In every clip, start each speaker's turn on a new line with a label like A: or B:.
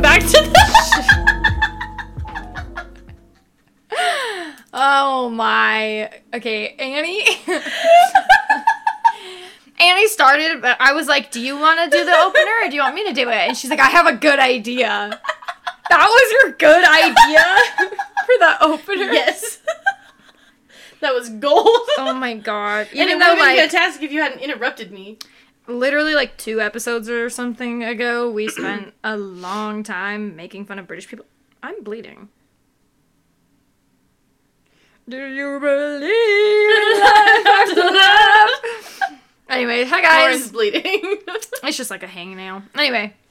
A: back to the. oh my. Okay, Annie. Annie started, but I was like, "Do you want to do the opener, or do you want me to do it?" And she's like, "I have a good idea." That was your good idea for the opener.
B: yes. that was gold.
A: Oh my god.
B: and Um, it
A: Even
B: would have
A: though
B: been
A: like
B: fantastic if you hadn't interrupted me.
A: literally like two episodes or something ago, we spent a long time making fun of British people. I'm bleeding. Do you believe in life after love? Anyway, hi
B: Lauren's
A: guys.
B: bleeding.
A: It's just like a hangnail. Anyway,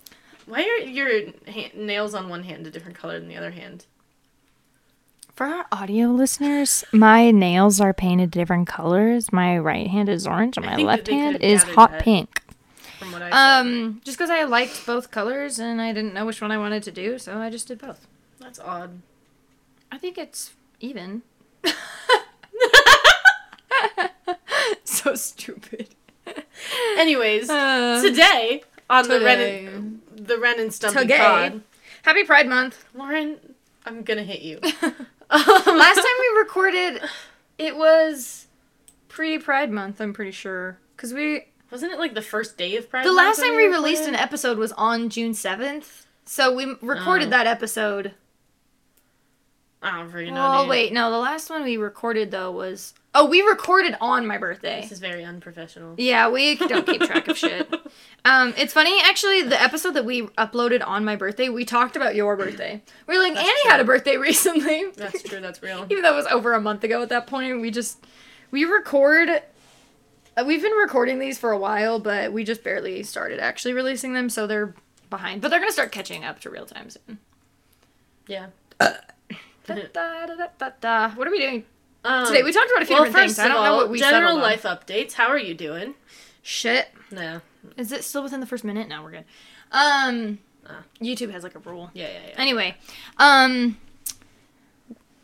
B: Why are your ha- nails on one hand a different color than the other hand?
A: for our audio listeners, my nails are painted different colors. My right hand is orange, and
B: I
A: my
B: think that
A: left
B: they could
A: hand
B: have
A: is
B: gathered
A: hot
B: that.
A: pink.
B: From what I saw.
A: Um, just because I liked both colors and I didn't know which one I wanted to do, so I just did both.
B: That's odd.
A: I think it's even. so stupid.
B: Anyways,
A: Uh,
B: today on the Ren
A: today.
B: and, the Ren and Stumpy
A: Today.
B: pod,
A: Happy Pride Month.
B: Lauren, I'm gonna hit you.
A: Last time we recorded, it was pre Pride Month, I'm pretty sure. Because we.
B: wasn't it like the first day of Pride?
A: The
B: Month
A: last
B: when
A: time we
B: recorded?
A: released an episode was on June 7th. So we m- recorded
B: Oh.
A: that episode.
B: I don't freaking know.
A: Oh,
B: dude.
A: wait, no, the last one we recorded, though, was. Oh, we recorded on my birthday.
B: This is very unprofessional.
A: Yeah, we don't keep track of shit. Um, it's funny actually. The episode that we uploaded on my birthday, we talked about your birthday. We were like,
B: That's
A: Annie
B: true.
A: had a birthday recently.
B: That's true. That's real.
A: Even though it was over a month ago at that point, we just we record. uh, We've been recording these for a while, but we just barely started actually releasing them, so they're behind. But they're gonna start catching up to real time soon.
B: Yeah.
A: Uh. Da, da, da, da, da, da. What are we doing
B: Um,
A: today? We talked about a few
B: well,
A: different
B: first
A: things. I
B: of
A: don't
B: all,
A: know what we
B: general
A: settled on.
B: life updates. How are you doing?
A: Shit.
B: No.
A: Is it still within the first minute? No, we're good. Um,
B: Ah.
A: YouTube has like a rule.
B: Yeah, yeah, yeah.
A: Anyway, um,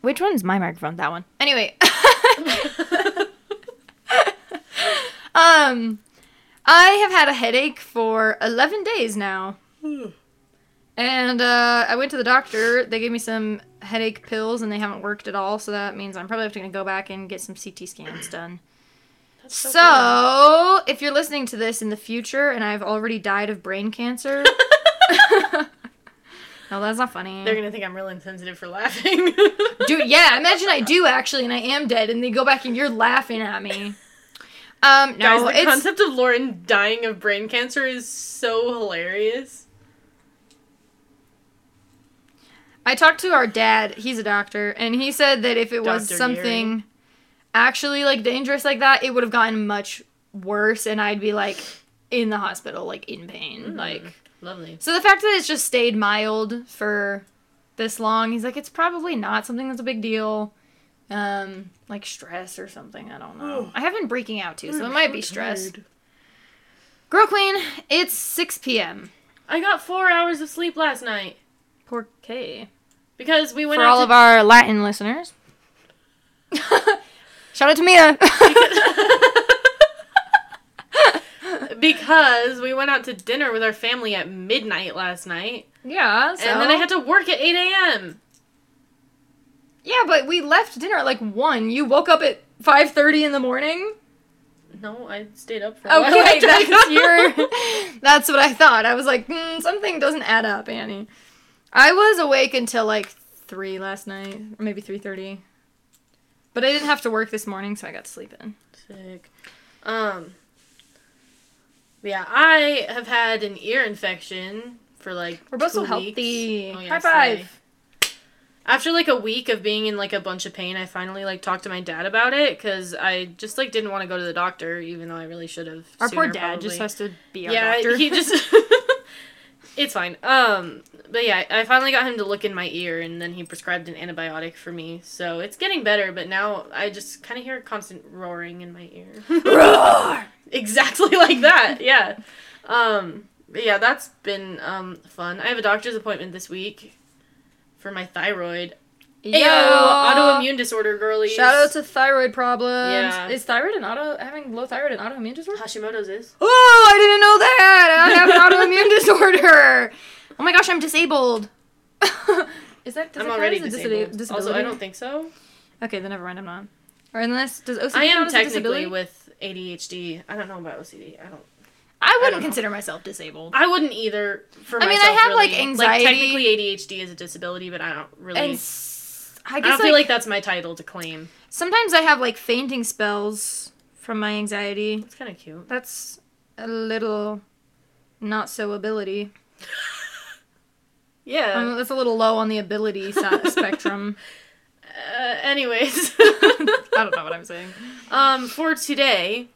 A: which one's my microphone? That one. Anyway, um, I have had a headache for eleven days now, and uh, I went to the doctor. They gave me some headache pills, and they haven't worked at all. So that means I'm probably have to gonna go back and get some CT scans done.
B: That's
A: So,
B: cool.
A: if you're listening to this in the future and I've already died of brain cancer. no, that's not funny.
B: they're gonna think I'm real insensitive for laughing.
A: Dude, yeah, imagine I do actually and I am dead and they go back and you're laughing at me. Um,
B: Guys,
A: no,
B: the
A: it's
B: concept of Lauren dying of brain cancer is so hilarious.
A: I talked to our dad, he's a doctor, and he said that if it was
B: Dr.
A: something actually like dangerous like that, it would have gotten much worse and I'd be like in the hospital like in pain, like
B: Lovely.
A: So the fact that it's just stayed mild for this long, he's like, it's probably not something that's a big deal. Um, like stress or something. I don't know.
B: Oh.
A: I have been breaking out too, so it might be stress. Girl Queen, it's 6 p.m.
B: I got four hours of sleep last night
A: Poor K.
B: because we went
A: For
B: out
A: all
B: to
A: of our Latin listeners. Shout out to Mia.
B: because we went out to dinner with our family at midnight last night,
A: yeah.
B: and then I had to work at eight a.m.
A: Yeah, but we left dinner at like 1. You woke up at 5.30 in the morning?
B: No, I stayed up for. A while
A: Okay,
B: after I
A: that's
B: got
A: your.
B: home.
A: That's what I thought. I was like, hmm, something doesn't add up, Annie. I was awake until like three last night, or maybe three thirty. But I didn't have to work this morning, so I got to sleep in.
B: Sick. Um. Yeah, I have had an ear infection for like.
A: We're both
B: two
A: so
B: weeks.
A: healthy.
B: Oh, yeah,
A: High five.
B: sorry. After like a week of being in like a bunch of pain, I finally like talked to my dad about it because I just like didn't want to go to the doctor, even though I really should have.
A: Our poor
B: sooner,
A: dad just
B: probably.
A: has to be our
B: Yeah,
A: doctor.
B: he just. it's fine. Um, but yeah, I finally got him to look in my ear, and then he prescribed an antibiotic for me. So it's getting better, but now I just kind of hear a constant roaring in my ear.
A: Roar!
B: exactly like that. Yeah. Um, but yeah, that's been um, fun. I have a doctor's appointment this week for my thyroid. Yo, autoimmune disorder, girlies.
A: Shout out to thyroid problems.
B: Yeah.
A: Is thyroid an auto having low thyroid an autoimmune disorder?
B: Hashimoto's is.
A: Oh, I didn't know that. I have an autoimmune disorder. Oh my gosh, I'm disabled. Is that does
B: I'm
A: it count
B: already
A: as a disa-
B: disabled.
A: disability?
B: Also, I don't think so.
A: Okay, then never mind. I'm not. Or unless does OCD
B: I
A: count
B: am
A: as a
B: technically
A: disability?
B: with ADHD. I don't know about OCD. I don't.
A: I
B: don't
A: wouldn't
B: know.
A: consider myself disabled.
B: I wouldn't either. For
A: I mean, I
B: myself,
A: have, like,
B: really.
A: anxiety.
B: technically, ADHD is a disability, but I don't really.
A: And s- I
B: I,
A: guess
B: don't
A: like,
B: feel like that's my title to claim.
A: sometimes I have like fainting spells from my anxiety.
B: It's kind of cute.
A: That's a little not so ability.
B: Yeah.
A: Um, that's a little low on the ability sa- spectrum.
B: uh, anyways,
A: I don't know what I'm saying.
B: um, for today,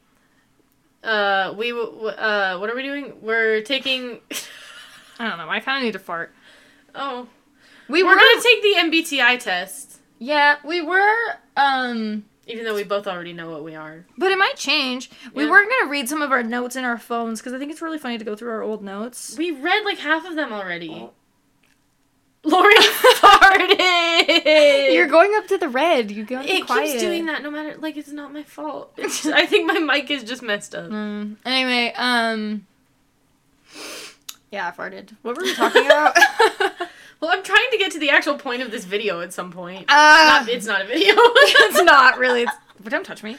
B: uh, we w- w- uh, what are we doing? We're taking.
A: I don't know. I kind of need to fart.
B: oh,
A: We
B: we
A: were
B: are gonna take the MBTI test,
A: yeah, we were um
B: even though we both already know what we are.
A: but it might change. We
B: Yeah.
A: were going to read some of our notes in our phones cuz I think it's really funny to go through our old notes.
B: We read like half of them already.
A: Oh.
B: Lauren farted.
A: You're going up to the red. You're going
B: it
A: quiet.
B: keeps doing that no matter like it's not my fault. It's just- I think my mic is just messed up.
A: Mm, anyway, um Yeah, I farted. What were we talking about?
B: Well, I'm trying to get to the actual point of this video at some point.
A: uh,
B: Not- it's not a video.
A: it's not really. It's, but don't touch me.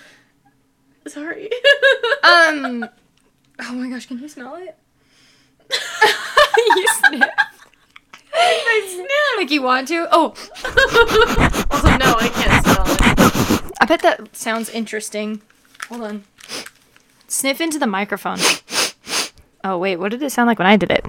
B: Sorry.
A: Um Oh my gosh, can you smell it? you sniffed.
B: I sniffed.
A: Like you want to? Oh,
B: also, no, I can't smell it.
A: I bet that sounds interesting. Hold on. Sniff into the microphone. Oh, wait, what did it sound like when I did it?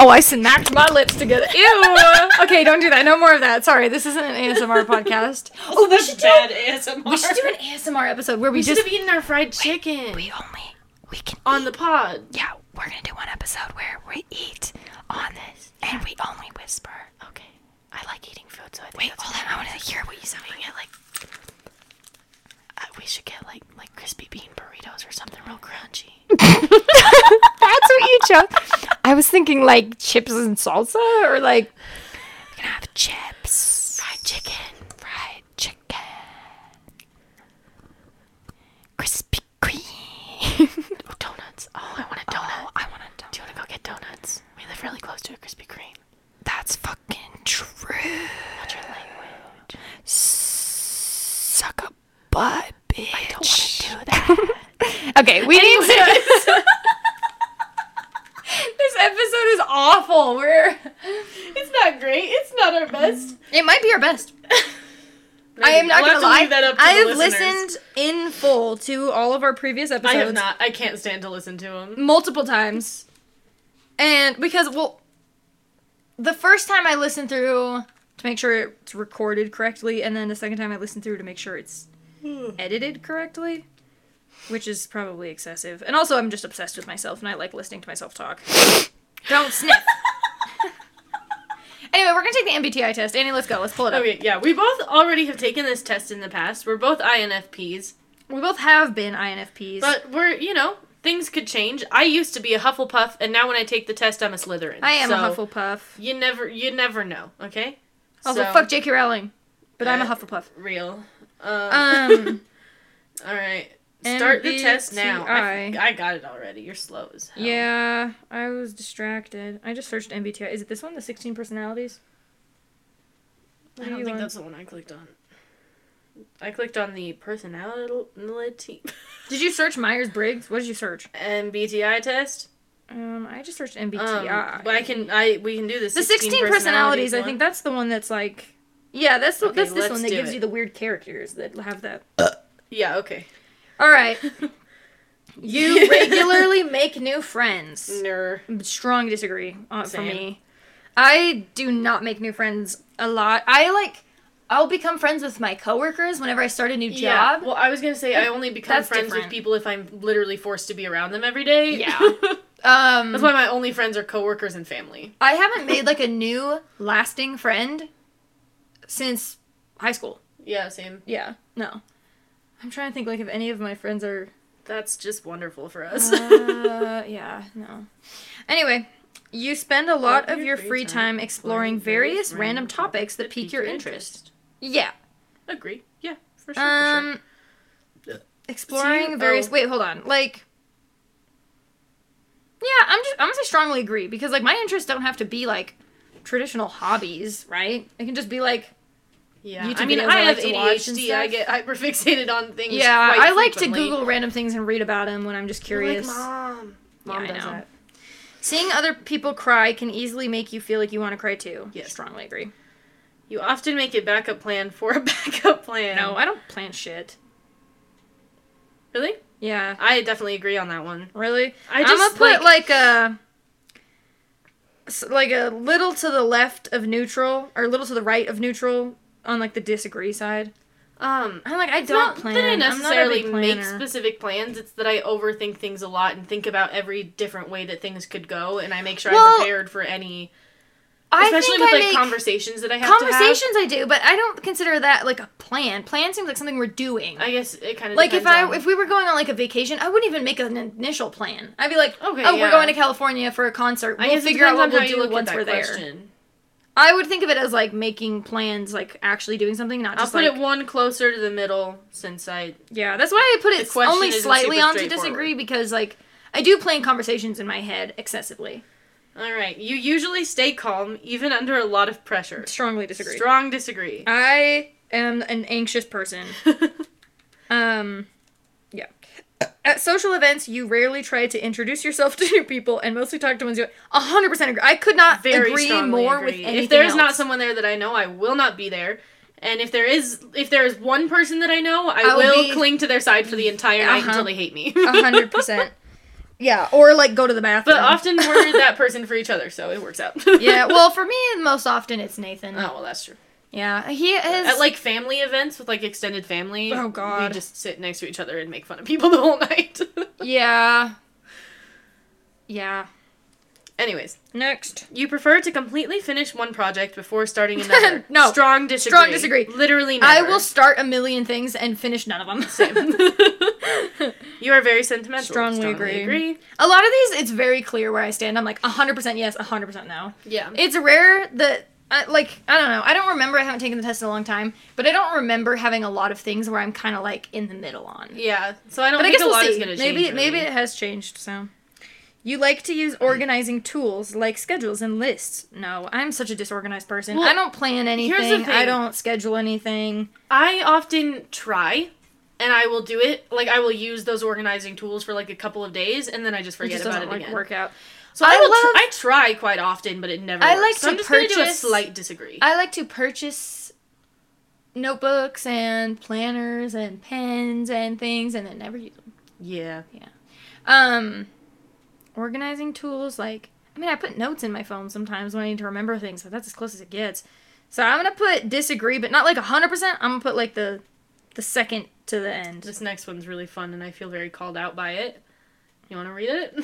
A: Oh, I smacked my lips together. Ew! okay, don't do that. No more of that. Sorry, this isn't an ASMR podcast. Oh, we should do,
B: Bad ASMR.
A: we should do an ASMR episode where we,
B: We should
A: just.
B: have eaten our fried chicken
A: We only. We can.
B: on the pod.
A: Yeah, we're gonna do one episode where we eat on this and we only whisper.
B: Okay.
A: I like eating food, so I think Wait, hold on. I want to hear what you sound like. like
C: Uh, we should get like like crispy bean burritos or something real crunchy.
A: That's what you chose. I was thinking like chips and salsa or like
C: We're gonna have chips, fried chicken, fried chicken, crispy cream, oh, donuts. Oh, I want a donut.
A: I want to
C: Do you want to go get donuts? We live really close to a Krispy Kreme.
A: That's fucking true.
C: What's your language?
A: Suck a butt, bitch. I
C: Don't wanna do that.
A: okay, we need to This episode is awful. We're
B: It's not great. It's not our best.
A: It might be our best. I am not
B: We'll have
A: gonna lie.
B: leave that up to
A: I
B: the
A: have
B: listeners.
A: listened in full to all of our previous
B: I
A: episodes.
B: have not. I can't stand to listen to them.
A: multiple times. And because well the first time I listened through to make sure it's recorded correctly and then the second time I listened through to make sure it's
B: Hmm.
A: edited correctly, which is probably excessive. And also I'm just obsessed with myself and I like listening to myself talk. Don't sniff. anyway, we're going to take the MBTI test. Annie, let's go. Let's pull it up.
B: Okay, yeah, we both already have taken this test in the past. We're both INFPs,
A: We both have been INFPs.
B: but we're, you know, things could change. I used to be a Hufflepuff, and now when I take the test, I'm a Slytherin.
A: I am a
B: So,
A: Hufflepuff.
B: You never, you never know. Okay.
A: Also,
B: So,
A: fuck J.K. Rowling. But I'm a
B: Uh,
A: Hufflepuff.
B: Real. Um.
A: Um
B: all right. Start the test now. I,
A: MBTI.
B: I got it already. You're slow as
A: Oh.
B: hell.
A: Yeah, I was distracted. I just searched MBTI. Is it this one, the 16 personalities?
B: I
A: What do
B: don't
A: you
B: think
A: want?
B: that's the one I clicked on. I clicked on the personality
A: Did you search Myers Briggs? What did you search?
B: MBTI test.
A: Um, I just searched
B: Um,
A: MBTI.
B: but I can I we can do this.
A: the 16 personalities. I think that's the one that's like. Yeah, that's the,
B: Okay,
A: that's this
B: let's
A: one that
B: do
A: gives
B: it.
A: you the weird characters that have that.
B: Yeah. Okay.
A: All right. You regularly make new friends.
B: Ner.
A: Strong disagree uh, for
B: Same.
A: me. I do not make new friends a lot. I like. I'll become friends with my coworkers whenever I start a new job.
B: Yeah. Well, I was gonna say I only become
A: That's
B: friends
A: different.
B: with people if I'm literally forced to be around them every day.
A: Yeah.
B: that's
A: Um,
B: why my only friends are coworkers and family.
A: I haven't made like a new lasting friend since high school.
B: Yeah. Same.
A: Yeah. No. I'm trying to think like if any of my friends are
B: That's just wonderful for us.
A: uh, yeah, no. Anyway, You spend a lot
B: Of
A: of your free time exploring various random topics that pique your interest. Yeah.
B: Agree. Yeah, for sure. for sure.
A: Um, exploring
B: See,
A: various.
B: oh.
A: Wait, hold on. Like, yeah, I'm just. I'm gonna say strongly agree because like my interests don't have to be like traditional hobbies, right? It can just be like,
B: Yeah,
A: YouTube
B: I mean,
A: videos
B: I
A: I
B: have
A: like to watch and
B: ADHD. I
A: stuff.
B: get hyperfixated on things.
A: yeah,
B: quite
A: I like to
B: frequently.
A: Google random things and read about them when I'm just
B: You're
A: curious.
B: Like, Mom,
A: Yeah,
B: Mom
A: I
B: does
A: know.
B: that.
A: Seeing other people cry can easily make you feel like you want to cry too.
B: Yes.
A: strongly agree.
B: You often make a backup plan for a backup plan.
A: No, I don't plan shit.
B: really.
A: Yeah,
B: I definitely agree on that one.
A: really.
B: I
A: I
B: just
A: am gonna put like, a s- like a little to the left of neutral or a little to the right of neutral on like the disagree side.
B: um.
A: I'm like I
B: It's
A: don't
B: not
A: plan.
B: that I
A: I'm not a
B: necessarily
A: big
B: make
A: planner.
B: specific plans. It's that I overthink things a lot and think about every different way that things could go, and I make sure
A: Well,
B: I'm prepared for any,
A: I
B: especially
A: think
B: with
A: I
B: like
A: make
B: conversations that I have to
A: conversations. I do, but I don't consider that like a plan. Plan seems like something we're doing.
B: have. I guess it kind of
A: like if I
B: on,
A: if we were going on like a vacation, I wouldn't even make an initial plan. I'd be like,
B: Okay,
A: oh,
B: yeah.
A: we're going to California for a concert.
B: I
A: We'll
B: guess it
A: figure out
B: depends
A: what
B: on
A: we'll
B: how you
A: do
B: look at
A: once
B: that
A: we're there.
B: question.
A: I would think of it as like making plans, like actually doing something, not
B: I'll
A: just
B: put
A: like
B: it one closer to the middle since I
A: Yeah, that's why I put
B: The
A: it
B: question
A: only
B: isn't
A: slightly
B: super
A: on to disagree because like I do play in conversations in my head excessively.
B: All right. You usually stay calm even under a lot of pressure.
A: Strongly disagree.
B: Strong disagree.
A: I am an anxious person. Um yeah. At social events, you rarely try to introduce yourself to new people and mostly talk to ones you 100% agree. I could not
B: Very
A: agree
B: strongly
A: more
B: agree.
A: with anything
B: If there's
A: else.
B: not someone there that I know, I will not be there. And if there is if there is one person that I know, I,
A: I will
B: will
A: be-
B: cling to their side for the entire night
A: Uh-huh.
B: until they hate me.
A: A hundred percent. Yeah, or like go to the bathroom.
B: But often we're that person for each other, so it works out.
A: yeah. Well, for me, most often it's Nathan.
B: Oh well, that's true.
A: Yeah, he is.
B: At like family events with like extended family,
A: Oh, God.
B: we just sit next to each other and make fun of people the whole night.
A: yeah. Yeah.
B: Anyways,
A: Next.
B: You prefer to completely finish one project before starting another.
A: No.
B: Strong disagree.
A: Strong disagree.
B: Literally never.
A: I will start a million things and finish none of them.
B: Same. you are very sentimental.
A: Strongly agree. a lot of these, it's very clear where I stand. I'm like 100% yes, 100% no.
B: Yeah.
A: It's rare that, I, like, I don't know. I don't remember. I haven't taken the test in a long time, but I don't remember having a lot of things where I'm kind of like in the middle on.
B: yeah. So I don't
A: But I
B: think
A: guess
B: a
A: we'll
B: lot is
A: see.
B: going to change.
A: Maybe maybe it has changed. So, you like to use organizing tools like schedules and lists. No, I'm such a disorganized person.
B: Well,
A: I don't plan anything.
B: the
A: I
B: thing.
A: don't schedule anything.
B: I often try and I will do it. Like I will use those organizing tools for like a couple of days and then I just
A: It
B: forget
A: just
B: about
A: doesn't
B: it
A: like
B: again.
A: work out.
B: So I,
A: I
B: will tr-
A: love-
B: I try quite often but it never
A: I
B: works.
A: like
B: so I'm
A: to
B: just going to do a
A: purchase-
B: slight disagree.
A: I like to purchase notebooks and planners and pens and things, and then never use them.
B: yeah.
A: Um, organizing tools like I mean, I put notes in my phone sometimes when I need to remember things, but that's as close as it gets. So I'm gonna put disagree, but not like hundred percent. I'm gonna put like the the second to the end.
B: This next one's really fun and I feel very called out by it. You want to read it?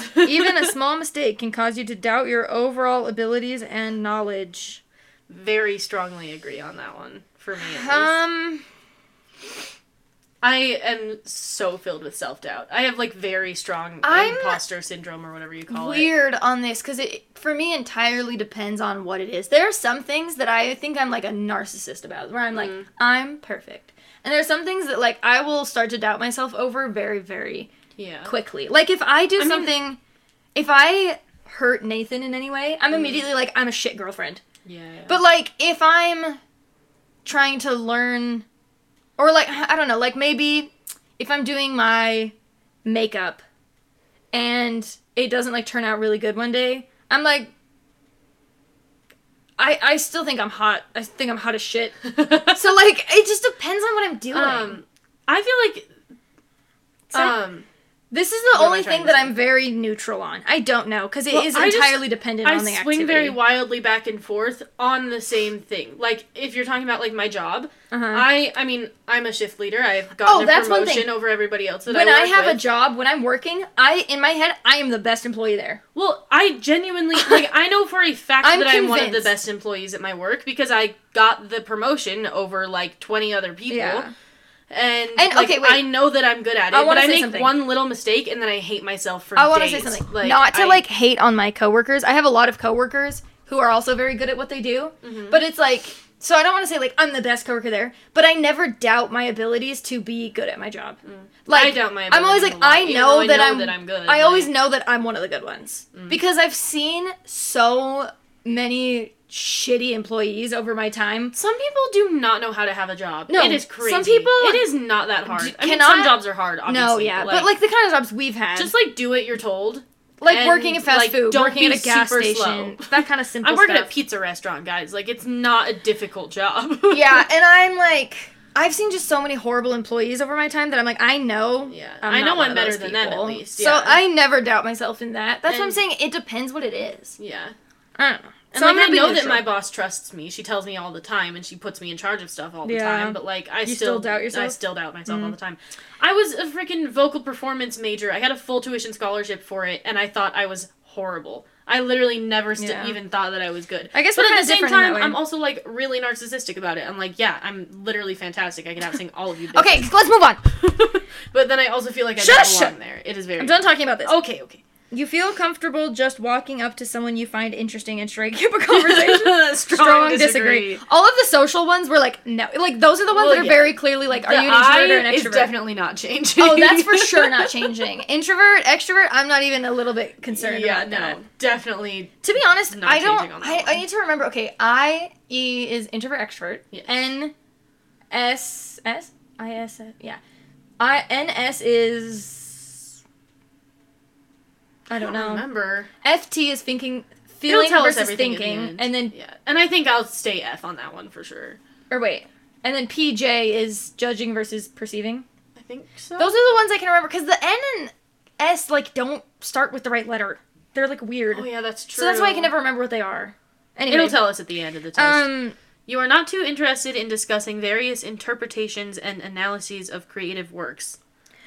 A: Even a small mistake can cause you to doubt your overall abilities and knowledge.
B: very strongly agree on that one for me. At least.
A: Um,
B: I am so filled with self doubt. I have like very strong
A: I'm
B: imposter syndrome or whatever you call it.
A: weird on this because it for me entirely depends on what it is. There are some things that I think I'm like a narcissist about, where I'm like
B: Mhm.
A: I'm perfect, and there are some things that like I will start to doubt myself over very very
B: Yeah.
A: quickly. Like if I do
B: Oh. mean-
A: something, if I hurt Nathan in any way,
B: Mm.
A: I'm immediately like I'm a shit girlfriend.
B: Yeah. yeah.
A: But like if I'm trying to learn, or like I don't know, like maybe if I'm doing my makeup and it doesn't like turn out really good one day, I'm like. I, I still think I'm hot. I think I'm hot as shit. So like it just depends on what I'm doing.
B: um, I feel
A: So-
B: like um,
A: This is the
B: What am I
A: only
B: trying
A: thing
B: to
A: that
B: say?
A: I'm very neutral on. I don't know because it
B: Well,
A: is
B: I just-
A: entirely dependent
B: I
A: on the
B: swing
A: activity.
B: very wildly back and forth on the same thing. Like if you're talking about like my job,
A: Uh-huh.
B: I I mean I'm a shift leader. I've gotten
A: Oh,
B: a
A: that's one thing.
B: promotion over everybody else that
A: when
B: I
A: I,
B: work
A: have
B: with.
A: a job, when I'm working, I in my head I am the best employee there.
B: Well, I genuinely like I know for a fact
A: I'm
B: that I'm one of the
A: convinced.
B: best employees at my work because I got the promotion over like 20 other people.
A: Yeah.
B: And,
A: And,
B: like,
A: okay, wait.
B: I know that I'm good at it,
A: I
B: but
A: wanna
B: I
A: say
B: make
A: something.
B: one little mistake and then I hate myself for.
A: I want to
B: days.
A: say something. Not to
B: I-
A: like hate on my coworkers. I have a lot of coworkers who are also very good at what they do,
B: Mm-hmm.
A: but it's like so I don't want to say like I'm the best coworker there, but I never doubt my abilities to be good at my job. Like
B: Mm. I doubt my
A: I'm always like
B: abilities a lot,
A: I
B: even
A: know,
B: though I
A: that,
B: know
A: I'm,
B: that I'm good,
A: I always
B: like-
A: know that I'm one of the good ones
B: Mm.
A: because I've seen so many shitty employees over my time.
B: Some people do not know how to have a job.
A: No,
B: it is
A: some
B: crazy.
A: people
B: it is not that hard.
A: d-
B: I mean,
A: cannot-
B: some jobs are hard. Obviously,
A: no, yeah, but like the kind of jobs we've had,
B: just like do what you're told.
A: like
B: and,
A: working at fast
B: like,
A: food,
B: don't
A: working
B: be
A: at a gas
B: super
A: station,
B: slow.
A: that kind of simple.
B: I'm working
A: stuff.
B: at a pizza restaurant, guys. Like it's not a difficult job.
A: yeah, and I'm like, I've seen just so many horrible employees over my time that I'm like, I know,
B: Yeah.
A: I'm
B: I know
A: not one
B: I'm
A: of
B: better
A: those
B: than them, at
A: people.
B: least,
A: So
B: yeah.
A: I never doubt myself in that. That's what I'm
B: And-
A: saying. It depends what it is.
B: yeah.
A: I don't know.
B: And
A: so
B: like,
A: I'm gonna
B: I
A: be
B: know that
A: neutral.
B: my boss trusts me. She tells me all the time, and she puts me in charge of stuff all the
A: Yeah.
B: time. But like, I
A: You
B: still,
A: still doubt yourself? Mm.
B: I still doubt myself all the time. I was a freaking vocal performance major. I got a full tuition scholarship for it, and I thought I was horrible. I literally never st-
A: Yeah.
B: even thought that I was good.
A: I guess
B: but
A: we're
B: at
A: kinda
B: the same
A: different in that
B: time,
A: way.
B: I'm also like really narcissistic about it. I'm like, yeah, I'm literally fantastic. I can outsing all of you.
A: Okay, let's move on.
B: bitches. but then I also feel like I
A: Shush!
B: don't belong there. It is very
A: I'm done talking about this.
B: okay. Okay.
A: You feel comfortable just walking up to someone you find interesting and straight up a conversation?
B: Strong,
A: All of the social ones were like no, like those are the ones
B: Well,
A: that are
B: yeah.
A: very clearly like, are
B: The
A: you an introvert or an
B: eye is
A: extrovert?
B: definitely not changing.
A: oh, that's for sure not changing. Introvert, extrovert, I'm not even a little bit concerned
B: yeah,
A: about
B: no,
A: that.
B: definitely.
A: To be honest,
B: Not
A: I don't.
B: changing on that
A: I, I
B: one.
A: need to remember. Okay, I E is introvert extrovert.
B: Yes.
A: N S S I S yeah. I N S is. I don't know.
B: Remember,
A: F T is thinking,
B: it'll
A: feeling
B: tell us
A: versus
B: everything. in the
A: thinking,
B: end.
A: and then
B: yeah, and I think I'll stay F on that one for sure.
A: or wait, and then P J is judging versus perceiving.
B: I think so.
A: Those are the ones I can remember because the N and S like don't start with the right letter. They're like weird,
B: oh yeah, that's true.
A: so that's why I can never remember what they are. Anyway,
B: It'll tell us at the end of the test.
A: Um.
B: you are not too interested in discussing various interpretations and analyses of creative works.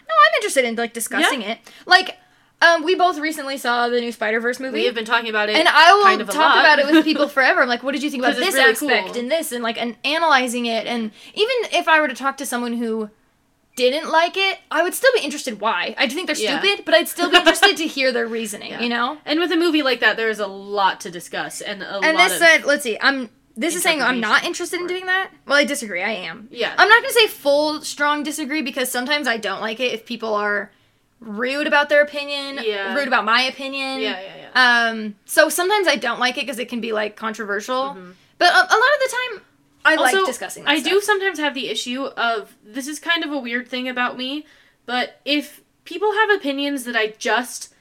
A: No, I'm interested in like discussing it. Like, um, we both recently saw the new Spider Verse movie,
B: We have been talking about it,
A: and I will
B: kind of a
A: talk
B: lot.
A: about it with people forever. I'm like, what did you think about
B: 'Cause it's
A: this
B: really
A: aspect
B: cool.
A: and this, and like, and analyzing it, and even if I were to talk to someone who didn't like it, I would still be interested why. I do think they're
B: Yeah.
A: stupid, but I'd still be interested to hear their reasoning.
B: Yeah.
A: You know.
B: And with a movie like that, there's a lot to discuss and a
A: And
B: lot
A: this
B: of
A: said, let's see, I'm. This is saying I'm not
B: Interpretation.
A: interested in doing that. Well, I disagree. I am.
B: yeah.
A: I'm not gonna say full strong disagree because sometimes I don't like it if people are rude about their opinion,
B: Yeah.
A: rude about my opinion.
B: yeah, yeah, yeah.
A: Um, so sometimes I don't like it because it can be like controversial. But a, a lot of the time, I like discussing. That
B: Mm-hmm. I do
A: stuff.
B: sometimes have the issue of this is kind of a weird thing about me, but if people have opinions that I just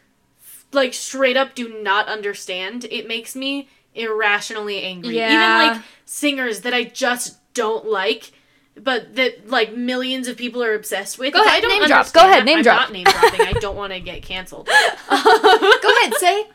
B: like straight up do not understand, it makes me irrationally angry.
A: Yeah.
B: Even like singers that I just don't like. But that like millions of people are obsessed with.
A: Go
B: If
A: ahead,
B: I don't
A: name drop.
B: understand
A: Go ahead,
B: that-
A: name
B: I'm
A: drop.
B: Not name dropping. I don't want to get canceled.
A: Go ahead, say.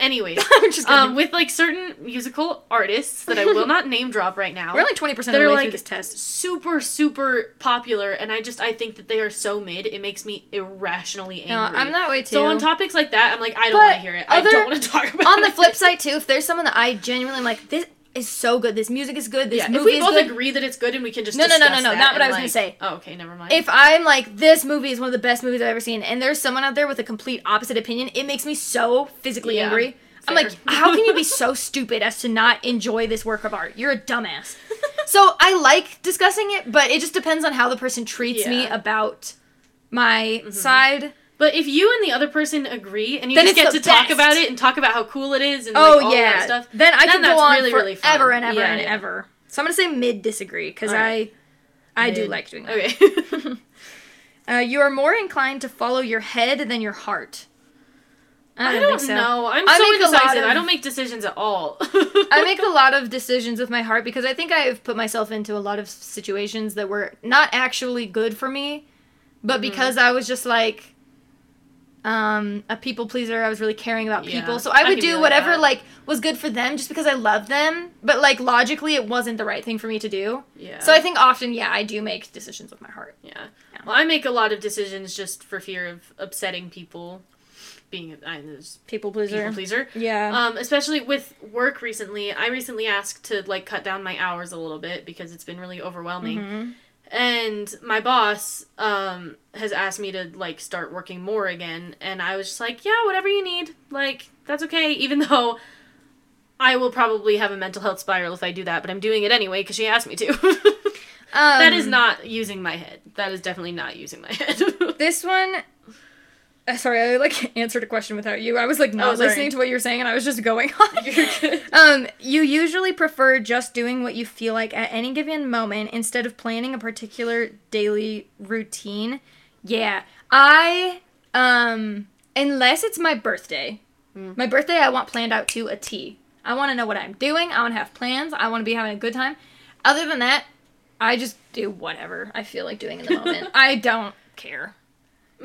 B: Anyways,
A: I'm just kidding.
B: um, with like certain musical artists that I will not name drop right now.
A: We're like twenty percent of
B: they're
A: the way
B: like
A: through this test.
B: super super popular and i just i think that they are so mid it makes me irrationally angry
A: No, I'm that way too.
B: so on topics like that i'm like i don't
A: But
B: want to hear it i
A: other-
B: don't want to talk about
A: on the
B: it.
A: flip side too, if there's someone that I genuinely am like, this is so good. This music is good. This
B: yeah, if
A: movie
B: we
A: is
B: both
A: good.
B: agree that it's good and we can just
A: No, no, no, no,
B: discuss
A: no,
B: that
A: not
B: and,
A: what I was gonna
B: like-
A: say.
B: oh, okay never mind
A: if I'm like, this movie is one of the best movies I've ever seen, and there's someone out there with a complete opposite opinion, it makes me so physically
B: Yeah,
A: angry. I'm
B: fair.
A: like, how can you be so stupid as to not enjoy this work of art? You're a dumbass. so I like discussing it, but it just depends on how the person treats me
B: Yeah. Mm-hmm.
A: about my side.
B: but if you and the other person agree and you
A: Then
B: just
A: it's
B: get
A: the
B: to talk
A: best.
B: about it and talk about how cool it is and
A: Oh
B: like, all
A: yeah,
B: that stuff
A: then I can go
B: that's
A: on
B: really, really fun.
A: forever and ever
B: Yeah,
A: and
B: yeah.
A: ever. So I'm gonna say mid disagree because
B: Alright.
A: I, I do
B: Mid.
A: like doing that.
B: okay
A: Uh, you are more inclined to follow your head than your heart.
B: i don't,
A: think so.
B: know i'm
A: I
B: so
A: make a lot
B: indecisive
A: of-
B: i don't make decisions at all
A: I make a lot of decisions with my heart because I think I've put myself into a lot of situations that were not actually good for me, but
B: Mm-hmm.
A: because I was just like um a people pleaser, I was really caring about
B: Yeah,
A: people. So I
B: I
A: would
B: can be
A: do
B: like
A: whatever
B: that.
A: like was good for them just because I loved them, but like logically it wasn't the right thing for me to do.
B: yeah
A: So I think often yeah, I do make decisions with my heart.
B: Yeah.
A: Yeah.
B: Well, I make a lot of decisions just for fear of upsetting people, being a I'm a
A: People pleaser.
B: people pleaser.
A: Yeah.
B: Um, especially with work recently, I recently asked to like cut down my hours a little bit because it's been really overwhelming.
A: Mhm.
B: and my boss um has asked me to like start working more again and i was just like yeah whatever you need like that's okay even though i will probably have a mental health spiral if i do that but i'm doing it anyway because she asked me to
A: Um,
B: that is not using my head that is definitely not using my head
A: This one. uh, Sorry, I like answered a question without you. I was like not
B: Oh, sorry.
A: listening to what you were saying, and I was just going on.
B: You're good.
A: Um, you usually prefer just doing what you feel like at any given moment instead of planning a particular daily routine. Yeah, I um, unless it's my birthday,
B: Mm.
A: my birthday I want planned out to a T. I want to know what I'm doing. I want to have plans. I want to be having a good time. Other than that, I just do whatever I feel like doing in the moment. I don't care.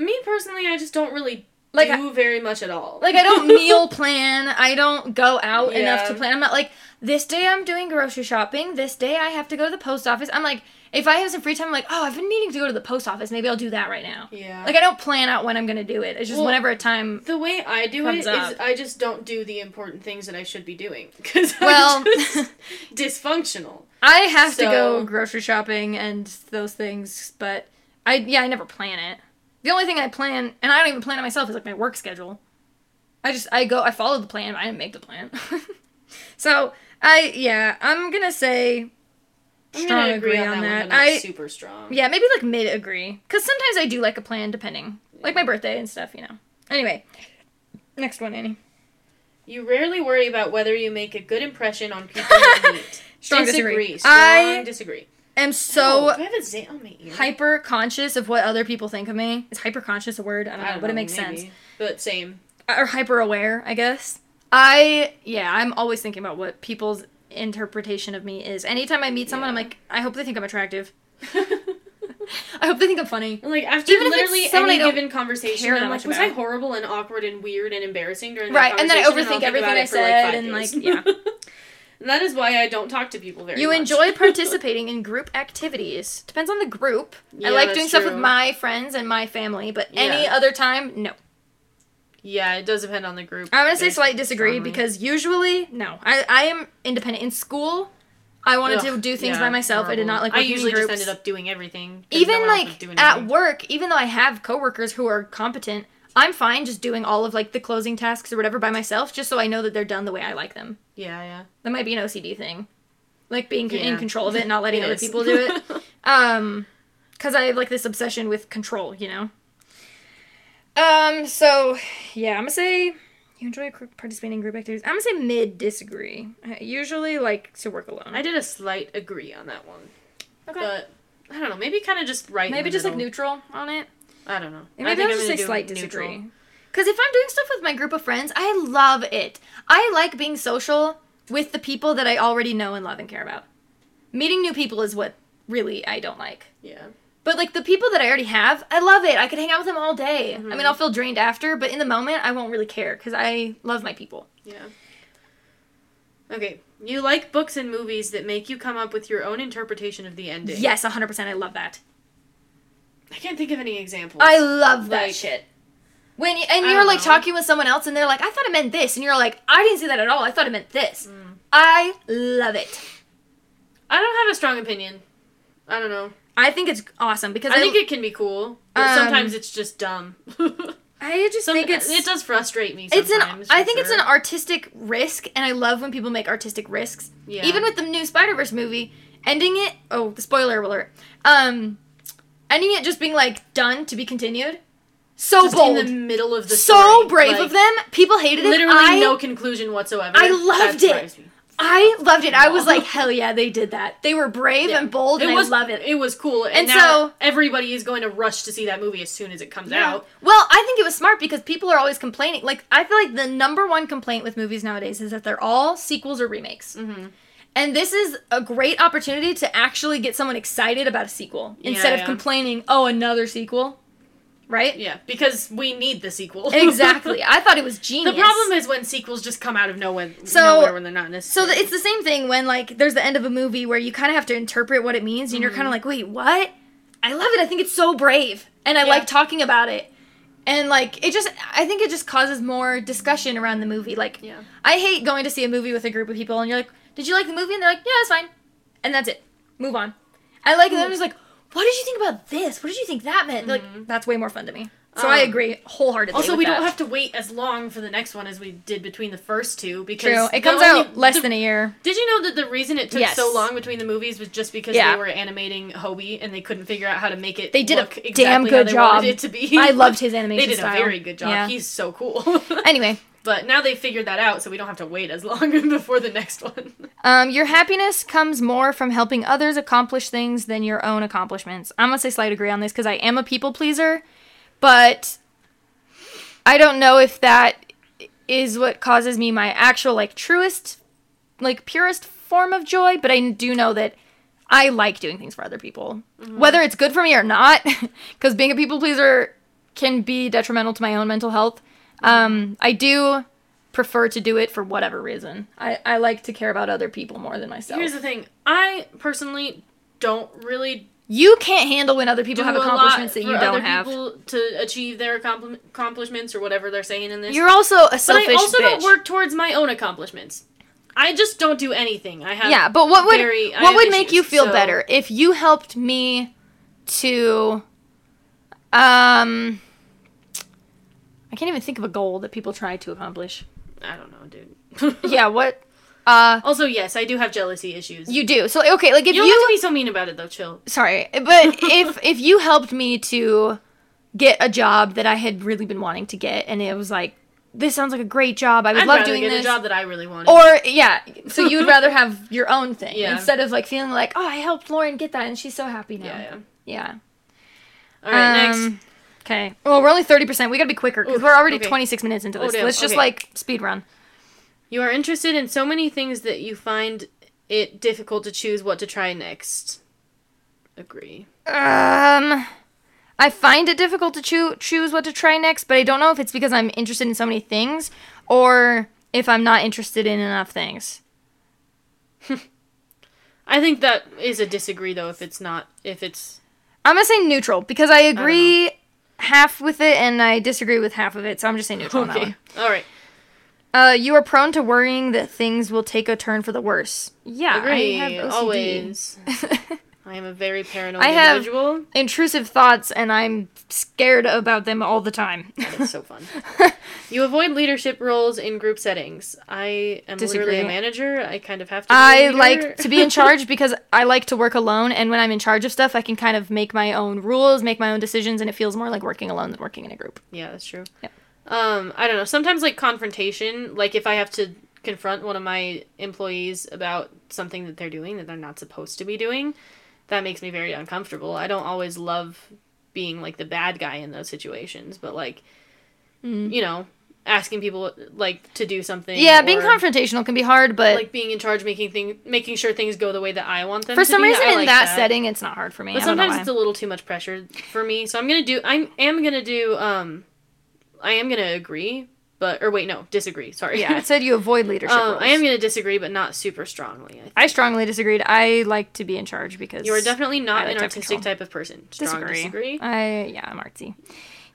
B: me personally i just don't really
A: Like,
B: do very much at all
A: Like I don't meal plan. I don't go out enough to
B: Yeah.
A: plan. I'm not like this day I'm doing grocery shopping. This day I have to go to the post office. I'm like if I have some free time, I'm like oh I've been meaning to go to the post office. Maybe I'll do that right now.
B: yeah
A: Like I don't plan out when I'm gonna do it. It's just
B: Well-
A: whenever a time.
B: the way I do it
A: Comes
B: is
A: up.
B: I just don't do the important things that I should be doing because
A: Well-
B: I'm just dysfunctional.
A: I have to go
B: So-
A: grocery shopping and those things, but I yeah I never plan it. The only thing I plan, and I don't even plan it myself, is like my work schedule. I just I go I follow the plan. But I didn't make the plan. so I yeah I'm gonna say
B: I'm
A: Strong
B: gonna agree
A: agree
B: on,
A: on
B: that, one,
A: that.
B: but not
A: I-
B: super strong.
A: Yeah, maybe like mid agree. Because sometimes I do like a plan depending. Like my birthday and stuff, you know. Anyway, next one, Annie.
B: You rarely worry about whether you make a good impression on people you meet.
A: Strong
B: disagree.
A: disagree.
B: Strong
A: I-
B: disagree.
A: I'm so
B: Oh, do I have a zit on my ear?
A: hyper conscious of what other people think of me. Is hyper conscious a word? I don't know,
B: I don't
A: but it
B: know,
A: makes
B: maybe.
A: sense.
B: But same.
A: Or hyper aware, I guess. I, yeah, I'm always thinking about what people's interpretation of me is. Anytime I meet someone, I'm
B: Yeah.
A: like, I hope they think I'm attractive.
B: like
A: I hope they think I'm funny.
B: after
A: Even if it's
B: literally
A: someone I
B: any
A: don't
B: given conversation,
A: care that
B: I'm like,
A: much
B: was
A: about.
B: I horrible and awkward and weird and embarrassing during
A: Right,
B: that
A: and then I
B: conversation?
A: overthink
B: I'll think about
A: everything
B: it for,
A: I
B: like,
A: said
B: five
A: and,
B: days.
A: like, yeah.
B: And that is why I don't talk to people very
A: You
B: much.
A: enjoy participating in group activities. Depends on the group.
B: Yeah,
A: I like
B: that's
A: doing stuff with
B: true.
A: my friends and my family, but any
B: Yeah.
A: other time, no.
B: Yeah, it does depend on the group.
A: I'm gonna say
B: very
A: slight disagree
B: strongly.
A: because usually no. I, I am independent. In school, I wanted to
B: Ugh,
A: do things
B: yeah,
A: by myself. I
B: horrible.
A: did not like.
B: I
A: working in
B: usually
A: groups.
B: just ended up doing everything. 'cause
A: even
B: no one else was
A: like
B: doing
A: at
B: anything.
A: work. Even though I have coworkers who are competent, I'm fine just doing all of like the closing tasks or whatever by myself, just so I know that they're done the way I like them.
B: Yeah, yeah.
A: That might be an OCD thing, like being c- in
B: Yeah.
A: control of it, and not letting
B: It
A: other
B: is.
A: people do it. Um, because I have like this obsession with control, you know. Um. So, yeah, I'm gonna say you enjoy cr- participating in group activities. I'm gonna say mid disagree. I usually like to work alone.
B: I did a slight agree on that one,
A: okay.
B: but I don't know. Maybe kind of just right. in
A: maybe
B: the
A: just like
B: middle.
A: neutral on it.
B: I don't know. I
A: Maybe
B: think
A: I'll
B: I'm
A: just
B: gonna
A: say
B: do
A: slight
B: neutral.
A: disagree. Because if I'm doing stuff with my group of friends, I love it. I like being social with the people that I already know and love and care about. Meeting new people is what really I don't like.
B: Yeah.
A: But like the people that I already have, I love it. I could hang out with them all day. I
B: Mm-hmm.
A: mean, I'll feel drained after, but in the moment, I won't really care because I love my people.
B: Yeah. Okay. You like books and movies that make you come up with your own interpretation of the ending.
A: Yes, 100%. I love that.
B: I can't think of any examples.
A: I love that
B: Like-
A: shit. When you, and
B: I
A: you're
B: don't
A: like
B: know.
A: talking with someone else, and they're like, "I thought it meant this," and you're like, "I didn't see that at all. I thought it meant this." I love it.
B: Mm. I don't have a strong opinion. I don't know.
A: I think it's awesome because I,
B: I think it can be cool, but
A: Um,
B: sometimes it's just dumb.
A: I just
B: Some,
A: think it's
B: it does frustrate me.
A: it's an
B: Sometimes,
A: I
B: for
A: think it's
B: sure.
A: an artistic risk, and I love when people make artistic risks.
B: Yeah.
A: Even with the new Spider Verse movie, ending it oh the spoiler alert, um, ending it just being like done to be continued, so
B: Just
A: bold,
B: in the middle of the
A: so
B: story,
A: brave
B: like,
A: of them. People hated it.
B: Literally
A: I,
B: no conclusion whatsoever.
A: I loved
B: That drives
A: it.
B: me.
A: I loved it. I was
B: No.
A: like hell yeah they did that. They were brave
B: Yeah.
A: and bold, and
B: was,
A: I love it.
B: It was cool, and,
A: And
B: now
A: so-
B: everybody is going to rush to see that movie as soon as it comes out.
A: Well, I think it was smart because people are always complaining. Like, I feel like the number one complaint with movies nowadays is that they're all sequels or remakes.
B: Mm-hmm.
A: And this is a great opportunity to actually get someone excited about a sequel instead
B: yeah.
A: of complaining, oh, another sequel. Right?
B: Yeah, because we need the sequel.
A: exactly. I thought it was
B: the
A: genius.
B: problem is when sequels just come out of nowhere,
A: So-
B: nowhere when they're not
A: So
B: necessary.
A: the, it's the same thing when, like, there's the end of a movie where you kind of have to interpret what it means and you're kind of
B: Mm-hmm.
A: like, wait, what? I love it. I think it's so brave. And I
B: Yeah.
A: like talking about it. And, like, it just, I think it just causes more discussion around the movie. Like,
B: yeah.
A: I hate going to see a movie with a group of people and you're like, did you like the movie? And they're like, yeah, it's fine. And that's it. Move on. I like them just like, what did you think about this? What did you think that meant? Like, that's way more fun to me. So I
B: Mm-hmm. Um,
A: agree wholeheartedly.
B: Also,
A: with
B: we don't
A: that.
B: have to wait as long for the next one as we did between the first two because
A: True. It
B: the
A: comes
B: only-
A: out less
B: the-
A: than a year.
B: Did you know that the reason it took
A: Yes.
B: so long between the movies was just because
A: Yeah.
B: they were animating Hobie and they couldn't figure out how to make it?
A: They did a
B: look
A: damn
B: exactly
A: good
B: how they
A: job.
B: Wanted it to be.
A: I loved his animation
B: They did
A: style.
B: a very good job.
A: Yeah.
B: He's so cool.
A: Anyway,
B: but now they figured that out, so we don't have to wait as long before the next one.
A: um, your happiness comes more from helping others accomplish things than your own accomplishments. I'm gonna say slight agree on this because I am a people pleaser, but I don't know if that is what causes me my actual like truest, like purest form of joy. But I do know that I like doing things for other people,
B: Mm-hmm.
A: whether it's good for me or not, because being a people pleaser can be detrimental to my own mental health.
B: Mm-hmm.
A: Um, I do prefer to do it for whatever reason. I, I like to care about other people more than myself.
B: Here's the thing: I personally don't really
A: you can't handle when other people
B: do
A: have
B: a lot
A: accomplishments that you
B: for
A: don't
B: other
A: have.
B: people to achieve their accompli- accomplishments or whatever they're saying in this.
A: You're also a
B: but
A: selfish
B: I also
A: bitch.
B: don't work towards my own accomplishments. I just don't do anything. I have
A: yeah, but what would
B: very- I
A: what
B: have
A: would make you
B: issues,
A: feel
B: so-
A: better if you helped me to um I can't even think of a goal that people try to accomplish.
B: I don't know, dude.
A: yeah, what uh
B: Also, yes, I do have jealousy issues. You,
A: you do. So okay, like if
B: don't
A: you
B: have to be so mean about it, though. Chill.
A: sorry but if if you helped me to get a job that i had really been wanting to get and it was like this sounds like a great job i would
B: I'd
A: love
B: rather
A: doing
B: get
A: this
B: a job that I really wanted.
A: or yeah so you would rather have your own thing
B: Yeah.
A: instead of like feeling like oh i helped lauren get that and she's so happy now
B: yeah, yeah.
A: yeah,
B: All right,
A: Um,
B: next.
A: okay well we're only 30% we gotta be quicker because
B: Oof,
A: we're already
B: okay.
A: 26 minutes into
B: Oh,
A: this
B: damn,
A: let's just
B: okay.
A: like speed run
B: You are interested in so many things that you find it difficult to choose what to try next. Agree.
A: Um, I find it difficult to choo- choose what to try next, but I don't know if it's because I'm interested in so many things or if I'm not interested in enough things.
B: I think that is a disagree though. If it's not, if it's
A: I'm gonna say neutral because I agree half with it and I disagree with half of it, so I'm just saying neutral on that
B: okay.
A: one.
B: All right.
A: Uh, you are prone to worrying that things will take a turn for the worse. Yeah,
B: Agree.
A: I have OCD.
B: Always. I am a very paranoid
A: I have-
B: individual.
A: Intrusive thoughts, and I'm scared about them all the time.
B: It's so fun. You avoid leadership roles in group settings. I am literally
A: Disagree.
B: a manager. I kind of have to. Be a
A: I
B: leader.
A: like to be in charge because I like to work alone, and when I'm in charge of stuff, I can kind of make my own rules, make my own decisions, and it feels more like working alone than working in a group.
B: Yeah, that's true.
A: Yep.
B: Um, I don't know. Sometimes like confrontation, like if I have to confront one of my employees about something that they're doing that they're not supposed to be doing, that makes me very uncomfortable. I don't always love being like the bad guy in those situations, but like you know, asking people like to do something.
A: Mm-hmm. Yeah, being
B: or,
A: confrontational can be hard, but
B: like being in charge, making thing, making sure things go the way that I want them. to
A: for some
B: be,
A: reason,
B: I
A: in
B: like
A: that, setting, it's not hard for me.
B: but
A: I don't know
B: sometimes
A: why.
B: it's a little too much pressure for me. So I'm gonna do. I am gonna do. Um, I am gonna agree, but or wait, no, disagree. Sorry.
A: yeah, it said you avoid leadership
B: um,
A: roles.
B: I am gonna disagree, but not super strongly. I think.
A: I strongly disagreed. I like to be in charge because
B: You are definitely not
A: I like
B: an
A: to have
B: artistic
A: control.
B: type of person. Strong
A: disagree. Uh,
B: disagree.
A: I yeah, I'm artsy.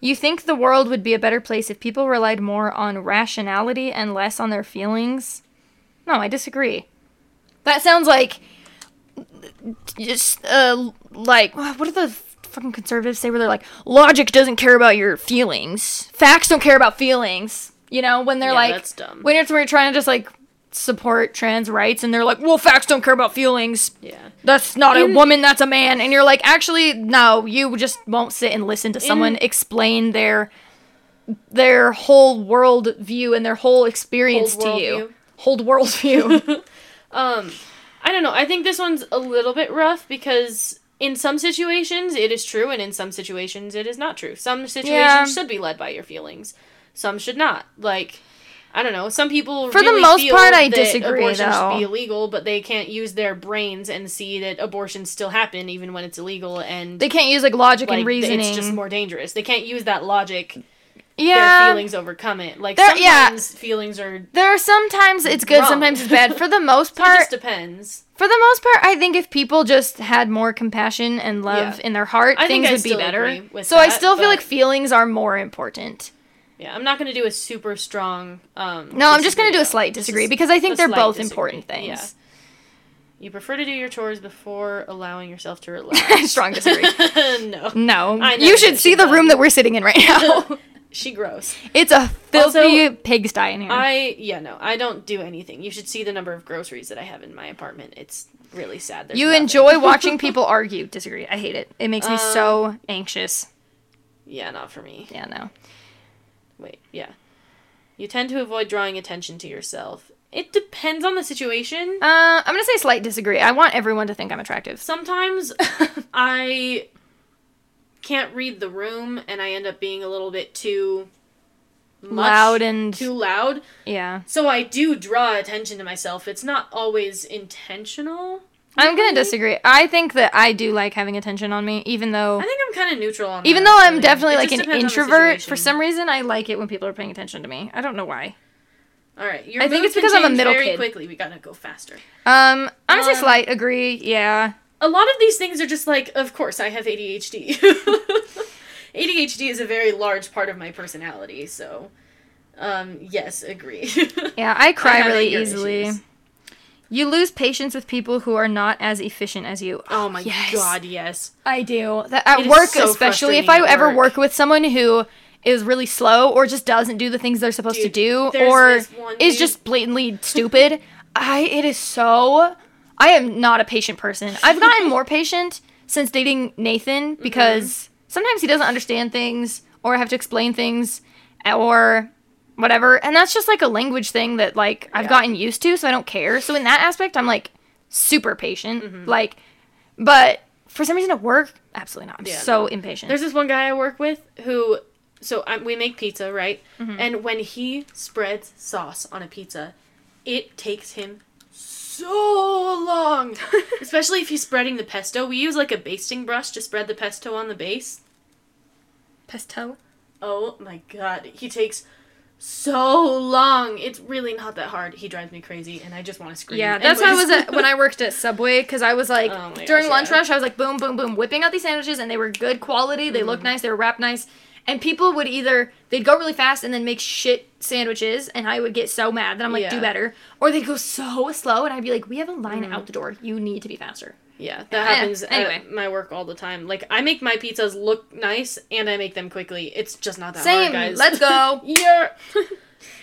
A: You think the world would be a better place if people relied more on rationality and less on their feelings? No, I disagree. That sounds like just uh like what do the fucking conservatives say where they're like logic doesn't care about your feelings. Facts don't care about feelings. You know, when they're
B: Yeah,
A: like
B: that's dumb.
A: when it's when you're trying to just like support trans rights and they're like, "Well, facts don't care about feelings."
B: Yeah.
A: that's not a
B: In-
A: woman, that's a man. And you're like, actually, no, you just won't sit and listen to someone explain their their whole world view and their whole experience
B: Whole
A: to
B: world
A: you.
B: view.
A: Whole world view.
B: Um, I don't know. I think this one's a little bit rough because in some situations it is true, and in some situations it is not true. Some situations
A: Yeah.
B: should be led by your feelings, some should not. Like, I don't know. Some people
A: For the
B: really
A: most
B: feel
A: part, I
B: that
A: disagree,
B: Abortion
A: though.
B: should be illegal, but they can't use their brains and see that abortions still happen even when it's illegal, and
A: they can't use like logic
B: like th-
A: and reasoning.
B: it's just more dangerous. They can't use that logic. Their
A: yeah.
B: feelings overcome it. Like
A: There- yeah.
B: sometimes feelings are. It
A: There are sometimes it's good,
B: Wrong.
A: sometimes it's bad. For the most part,
B: just depends.
A: for the most part, I think if people just had more compassion and love
B: Yeah.
A: in their heart,
B: I think
A: things
B: I
A: would be
B: still
A: better.
B: agree with
A: So I
B: that,
A: still feel
B: but-
A: like feelings are more important.
B: Yeah, I'm not gonna do a super strong. Um,
A: No, I'm just gonna do a
B: disagree,
A: slight
B: though. Just
A: disagree
B: s-
A: because I think
B: a
A: they're
B: slight
A: both
B: disagree,
A: important things.
B: You prefer to do your chores before allowing yourself to relax.
A: Strong disagree.
B: no.
A: No,
B: I know
A: you
B: that
A: should see
B: she
A: the
B: does.
A: room that we're sitting in right now.
B: She gross.
A: it's a filthy
B: Also,
A: pigsty in here.
B: I yeah no I don't do anything. You should see the number of groceries that I have in my apartment. It's really sad. There's
A: you
B: nothing.
A: enjoy watching people argue, disagree. I hate it. It makes me so
B: Um,
A: anxious.
B: yeah, not for me.
A: Yeah, no.
B: Wait, yeah. You tend to avoid drawing attention to yourself. It depends on the situation.
A: Uh, I'm gonna say slight disagree. I want everyone to think I'm attractive.
B: Sometimes I can't read the room and I end up being a little bit too much,
A: Loud and
B: too loud.
A: yeah.
B: So I do draw attention to myself. It's not always intentional.
A: I'm gonna disagree. I think that I do like having attention on me, even though
B: I think I'm kind of neutral on
A: even
B: that,
A: though I'm
B: actually.
A: definitely
B: It
A: like
B: just
A: an
B: depends on the
A: introvert, for
B: situation.
A: some reason I like it when people are paying attention to me. I don't know why.
B: All right, your
A: I think it's because I'm a middle
B: very
A: kid.
B: Quickly, we gotta go faster.
A: Um, I'm gonna say
B: Um,
A: slight agree. Yeah.
B: A lot of these things are just like, of course, I have ADHD. ADHD is a very large part of my personality, so um, yes, agree.
A: Yeah, I cry
B: have
A: really
B: anger
A: easily.
B: issues.
A: You lose patience with people who are not as efficient as you.
B: Oh my
A: Yes.
B: god, yes.
A: I do. That at
B: It is
A: work,
B: so
A: especially if I
B: frustrating at
A: ever
B: work.
A: work with someone who is really slow or just doesn't do the things they're supposed
B: Dude,
A: to do
B: there's
A: or
B: this one
A: is
B: dude-
A: just blatantly stupid. I it is so I am not a patient person. I've gotten more patient since dating Nathan
B: Mm-hmm.
A: because sometimes he doesn't understand things or I have to explain things or whatever. And that's just like a language thing that like I've
B: Yeah.
A: gotten used to, so I don't care. So in that aspect, I'm like super patient. Like, but for some reason at work, absolutely not. I'm
B: Yeah,
A: so impatient.
B: There's this one guy I work with who, so um, we make pizza, right? And when he spreads sauce on a pizza, it takes him so long. Especially if he's spreading the pesto. We use like a basting brush to spread the pesto on the base.
A: pesto.
B: Oh my god, he takes so long. It's really not that hard. He drives me crazy, and I just want to scream.
A: Yeah, that's how I was
B: Anyways.
A: at when I worked at Subway because I was like
B: Oh my
A: during
B: gosh,
A: lunch
B: yeah.
A: rush, I was like boom, boom, boom, whipping out these sandwiches, and they were good quality. They looked nice. They were wrapped nice. And people would either they'd go really fast and then make shit sandwiches, and I would get so mad that I'm like,
B: Yeah.
A: do better. Or they'd go so slow, and I'd be like, we have a line out the door. You need to be faster.
B: Yeah, that happens
A: Eh, anyway.
B: at my work all the time. Like I make my pizzas look nice and I make them quickly. It's just not that
A: Same.
B: hard, guys.
A: Let's go.
B: yeah.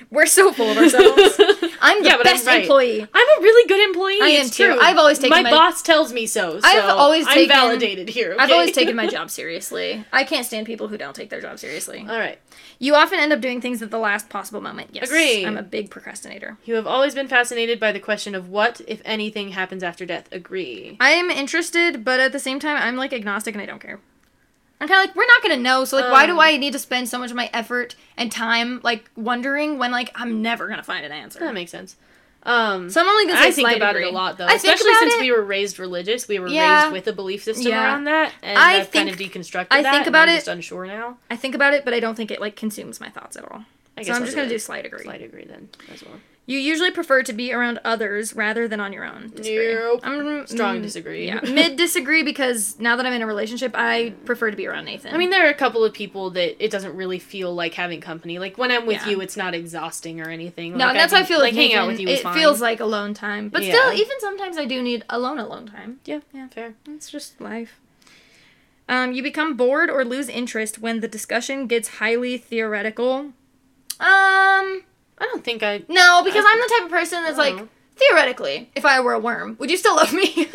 A: We're so full of ourselves. I'm the
B: Yeah, but I'm
A: best
B: right.
A: employee.
B: I'm a really good employee.
A: I am
B: it's
A: too.
B: True.
A: I've always taken
B: my,
A: my-
B: boss tells me so.
A: I've
B: so
A: always
B: I'm
A: taken-
B: validated here.
A: I've
B: okay?
A: always taken my job seriously. I can't stand people who don't take their job seriously.
B: All right.
A: You often end up doing things at the last possible moment. Yes.
B: Agree.
A: I'm a big procrastinator.
B: You have always been fascinated by the question of what, if anything, happens after death. Agree.
A: I am interested, but at the same time, I'm like agnostic and I don't care. I'm kind of like, we're not gonna know, so like, why do
B: Um.
A: I need to spend so much of my effort and time like wondering when like I'm never gonna find an answer?
B: That makes sense. Um,
A: So I'm only gonna say
B: I think
A: slight
B: about it
A: agree.
B: a lot though,
A: I think
B: especially
A: about
B: since
A: it-
B: we were raised religious. We were
A: Yeah.
B: raised with a belief system
A: Yeah.
B: around that, and
A: I
B: I have kind of
A: think-
B: deconstructed
A: I
B: that.
A: think
B: and
A: about
B: I'm
A: it-
B: Just unsure now.
A: I think about it, but I don't think it like consumes my thoughts at all.
B: I
A: so I'm
B: I'll
A: just gonna
B: it.
A: do slight agree.
B: Slight agree then as well.
A: You usually prefer to be around others rather than on your own. Disagree.
B: Nope.
A: I'm
B: Strong
A: mm,
B: disagree.
A: Yeah. Mid disagree because now that I'm in a relationship, I prefer to be around Nathan.
B: I mean, there are a couple of people that it doesn't really feel like having company. Like when I'm with
A: Yeah.
B: you, it's not exhausting or anything.
A: No,
B: Like,
A: and that's how I
B: can-
A: feel like,
B: hanging out
A: Nathan,
B: with you.
A: It
B: is fine.
A: feels like alone time, but still,
B: Yeah.
A: even sometimes I do need alone alone time.
B: yeah,
A: Yeah.
B: fair.
A: It's just life. Um, you become bored or lose interest when the discussion gets highly theoretical. Um,
B: I don't think I.
A: no, because I'm the type of person that's like
B: Oh.
A: theoretically, if I were a worm, would you still love me?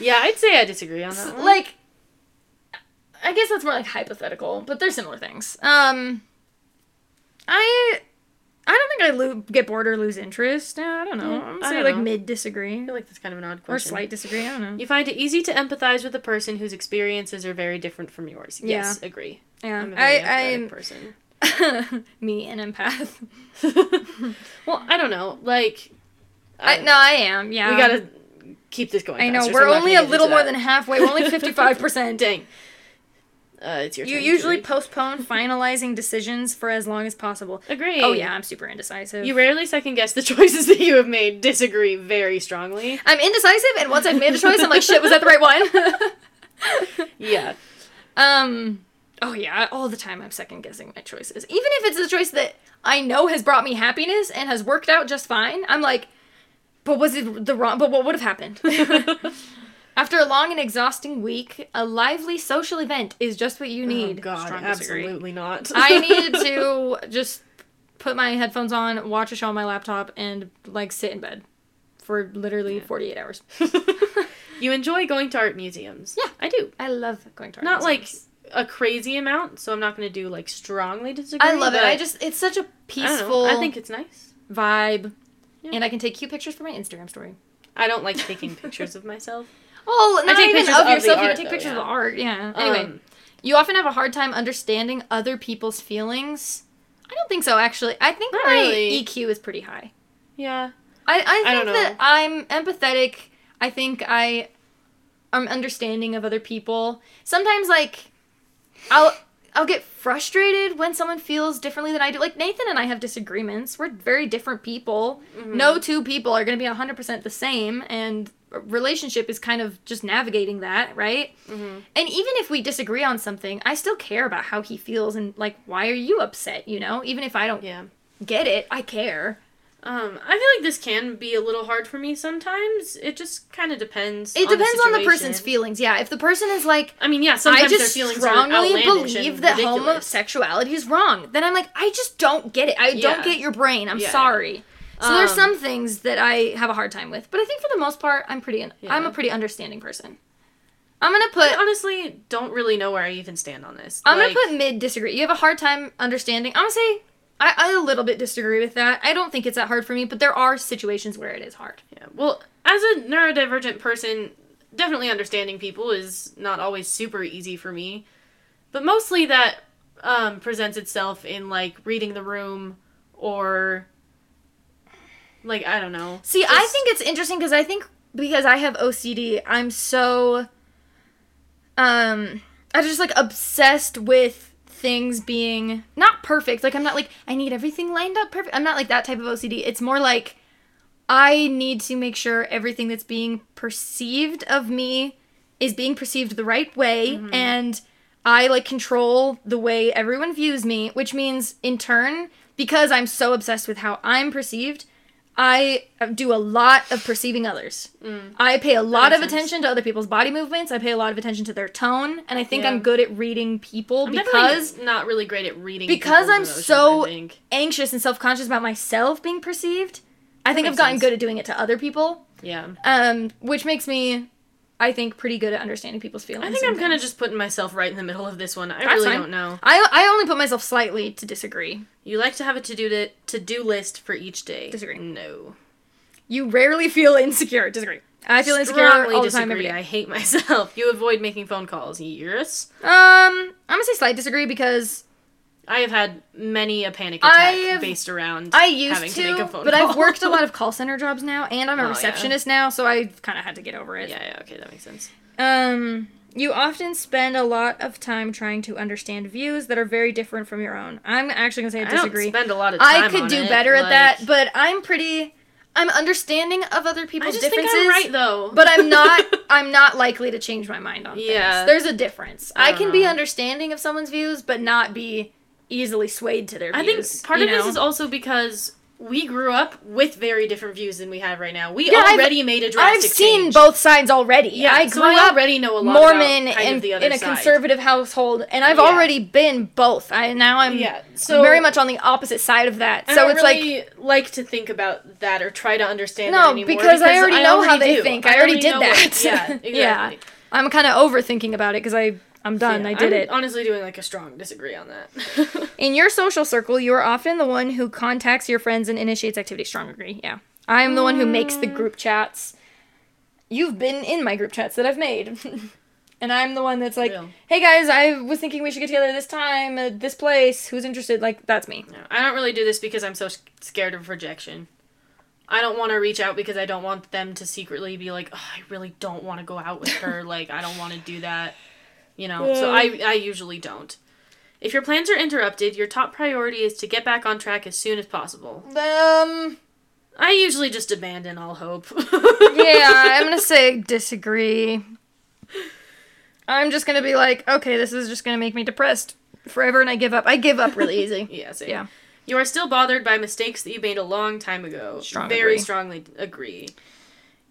B: yeah, I'd say I disagree on that. One.
A: like, I guess that's more like hypothetical, but they're similar things. Um, I. I don't think I lo- get bored or lose interest. Yeah, I don't know.
B: Mm, I
A: I'm gonna say
B: don't
A: like
B: know.
A: mid disagree.
B: I feel like that's kind of an odd question.
A: Or slight disagree. I don't know.
B: You find it easy to empathize with a person whose experiences are very different from yours. Yes, agree.
A: Yeah,
B: a very empathetic
A: I,
B: person.
A: I'm me an empath.
B: well, I don't know. Like,
A: I,
B: don't
A: no, I am. Yeah,
B: know. we gotta keep this going.
A: I know
B: faster, so
A: we're
B: I'm not
A: only
B: gonna
A: a
B: get
A: little
B: into
A: more
B: that.
A: than halfway. We're only fifty-five percent.
B: Dang. Uh, it's your
A: You
B: turn,
A: usually
B: Julie.
A: postpone finalizing decisions for as long as possible.
B: agree.
A: Oh yeah, I'm super indecisive.
B: You rarely second guess the choices that you have made. Disagree very strongly.
A: I'm indecisive, and once I've made a choice, I'm like, shit, was that the right one?
B: Yeah.
A: um. Oh yeah, all the time I'm second guessing my choices, even if it's a choice that I know has brought me happiness and has worked out just fine. I'm like, But was it the wrong? But what would have happened?
B: Oh,
A: After a long and exhausting week, a lively social event is just what you need.
B: Oh, God,
C: Strong disagree.
B: absolutely not.
A: I needed to just put my headphones on, watch a show on my laptop, and like sit in bed for literally 48 hours.
B: you enjoy going to art museums.
A: Yeah.
B: I do.
A: I love going to art
B: Not like
A: museums.
B: a crazy amount, so I'm not going to do like strongly disagree.
A: I love it.
B: but
A: I just it's such a
B: I don't know.
A: peaceful
B: I think it's nice.
A: vibe,
B: Yeah.
A: and I can take cute pictures for my Instagram story.
B: I don't like taking pictures of myself.
A: Oh, not
B: take
A: even
B: pictures
A: of
B: of the
A: yourself. you
B: art,
A: can take
B: though,
A: pictures of
B: yeah.
A: the art. Yeah. Anyway,
B: Um,
A: you often have a hard time understanding other people's feelings. I don't think so. Actually, I think
B: Not
A: my
B: really.
A: EQ is pretty high.
B: yeah.
A: I, I think
B: I don't
A: that
B: know.
A: I'm empathetic. I think I am understanding of other people. Sometimes like I'll I'll get frustrated when someone feels differently than I do. Like Nathan and I have disagreements. We're very different people.
B: Mm-hmm.
A: No two people are going to be 100% the same and a relationship is kind of just navigating that, right?
B: Mm-hmm.
A: And even if we disagree on something, I still care about how he feels and like why are you upset, you know? Even if I don't
B: Yeah.
A: get it, I care.
B: Um, I feel like this can be a little hard for me sometimes. It just kind of depends.
A: It depends on the person's
B: situation.
A: feelings. Yeah, if the person is like,
B: I mean, yeah, sometimes
A: I just
B: their feelings are
A: strongly
B: outlandish
A: believe
B: and
A: that
B: ridiculous.
A: homosexuality is wrong, then I'm like, I just don't get it. I
B: Yeah.
A: don't get your brain. I'm
B: Yeah.
A: sorry. So there's
B: Um,
A: some things that I have a hard time with, but I think for the most part, I'm pretty. I'm
B: Yeah.
A: a pretty understanding person. I'm gonna
B: I
A: put.
B: honestly don't really know where I even stand on this.
A: I'm
B: Like,
A: gonna put mid disagree. You have a hard time understanding. I'm gonna say I, I a little bit disagree with that. I don't think it's that hard for me, but there are situations where it is hard.
B: Yeah. Well, as a neurodivergent person, definitely understanding people is not always super easy for me. But mostly that um, presents itself in like reading the room or like I don't know.
A: See, I
B: Just-
A: think it's interesting because I think because I have OCD, I'm so um I'm just like obsessed with things being not perfect. Like I'm not like I need everything lined up perfect. I'm not like that type of OCD. It's more like I need to make sure everything that's being perceived of me is being perceived the right way
B: Mm-hmm.
A: and I like control the way everyone views me, which means in turn because I'm so obsessed with how I'm perceived, I do a lot of perceiving others. I pay a lot of
B: Mm. makes sense.
A: attention to other people's body movements. I pay a lot of attention to their tone, and I think
B: Yeah.
A: I'm good at reading people
B: I'm definitely
A: because
B: not really great at reading
A: because
B: people's
A: I'm
B: emotions,
A: so
B: I think.
A: anxious and self-conscious about myself being perceived. I think
B: That
A: I've
B: makes
A: gotten
B: sense.
A: good at doing it to other people,
B: yeah.
A: um, which makes me, I think, pretty good at understanding people's feelings.
B: I think
A: and
B: I'm kind of
A: things.
B: just putting myself right in the middle of this one. I
A: That's
B: really
A: fine.
B: don't know.
A: I I only put myself slightly to disagree.
B: You like to have a to do li- to do list for each day.
A: Disagree.
B: No.
A: You rarely feel insecure. Disagree. I feel insecure
B: Strongly
A: all the
B: disagree.
A: time every day.
B: I hate myself. You avoid making phone calls. Yes.
A: Um, I'm gonna say slight disagree because
B: I have had many a panic
A: I
B: attack
A: have-
B: based around
A: I used
B: having
A: to,
B: to, make a phone
A: but
B: call.
A: I've worked a lot of call center jobs now, and I'm a
B: Oh, yeah.
A: receptionist now, so I kind of had to get over
B: yeah,
A: it.
B: yeah, okay, that makes sense.
A: Um, you often spend a lot of time trying to understand views that are very different from your own. I'm actually gonna say I,
B: I
A: disagree.
B: don't spend a lot of time
A: I could
B: on
A: do
B: it,
A: better at
B: like-
A: that, but I'm pretty. I'm understanding of other
B: I
A: people's
B: just think
A: differences,
B: I'm right though.
A: but I'm not. I'm not likely to change my mind on
B: Yeah.
A: things. There's a difference. I,
B: don't
A: can be
B: know.
A: understanding of someone's views, but not be easily swayed to their
B: I think
A: views.
B: part
A: you
B: of this
A: know?
B: is also because we grew up with very different views than we have right now. We
A: Yeah, I've-
B: already made a
A: I've
B: drastic
A: seen
B: change.
A: both sides already.
B: Yeah,
A: I
B: so
A: grew
B: I
A: up
B: already know a lot
A: Mormon
B: about kind of
A: and
B: the other
A: in a
B: side.
A: conservative household, and I've
B: Yeah.
A: already been both. I now I'm
B: Yeah, so
A: very much on the opposite side of that.
B: I
A: So
B: don't
A: it's like
B: really like to think about that or try to understand it
A: No,
B: anymore
A: because I already know how they
B: do.
A: think. I already did
B: know what-
A: that.
B: yeah, exactly.
A: Yeah. I'm kind of overthinking about it because I I'm done.
B: Yeah,
A: I did
B: I'm
A: it.
B: Honestly, doing like a strong disagree on that.
A: in your social circle, you are often the one who contacts your friends and initiates activity. Strong agree. Yeah, I am the one who makes the group chats. You've been in my group chats that I've made. And I'm the one that's like,
B: Real.
A: hey guys, I was thinking we should get together this time, at this place. Who's interested? Like, that's me.
B: No, I don't really do this because I'm so s- scared of rejection. I don't want to reach out because I don't want them to secretly be like, "Ugh, I really don't want to go out with her. like, I don't want to do that. You know, so I, I usually don't. If your plans are interrupted, your top priority is to get back on track as soon as possible.
A: Um,
B: I usually just abandon all hope.
A: yeah, I'm gonna say disagree. I'm just gonna be like, okay, this is just gonna make me depressed forever, and I give up. I give up really easy.
B: Yeah, same.
A: Yeah.
B: You are still bothered by mistakes that you made a long time ago.
A: Strong
B: Very
A: agree.
B: strongly agree.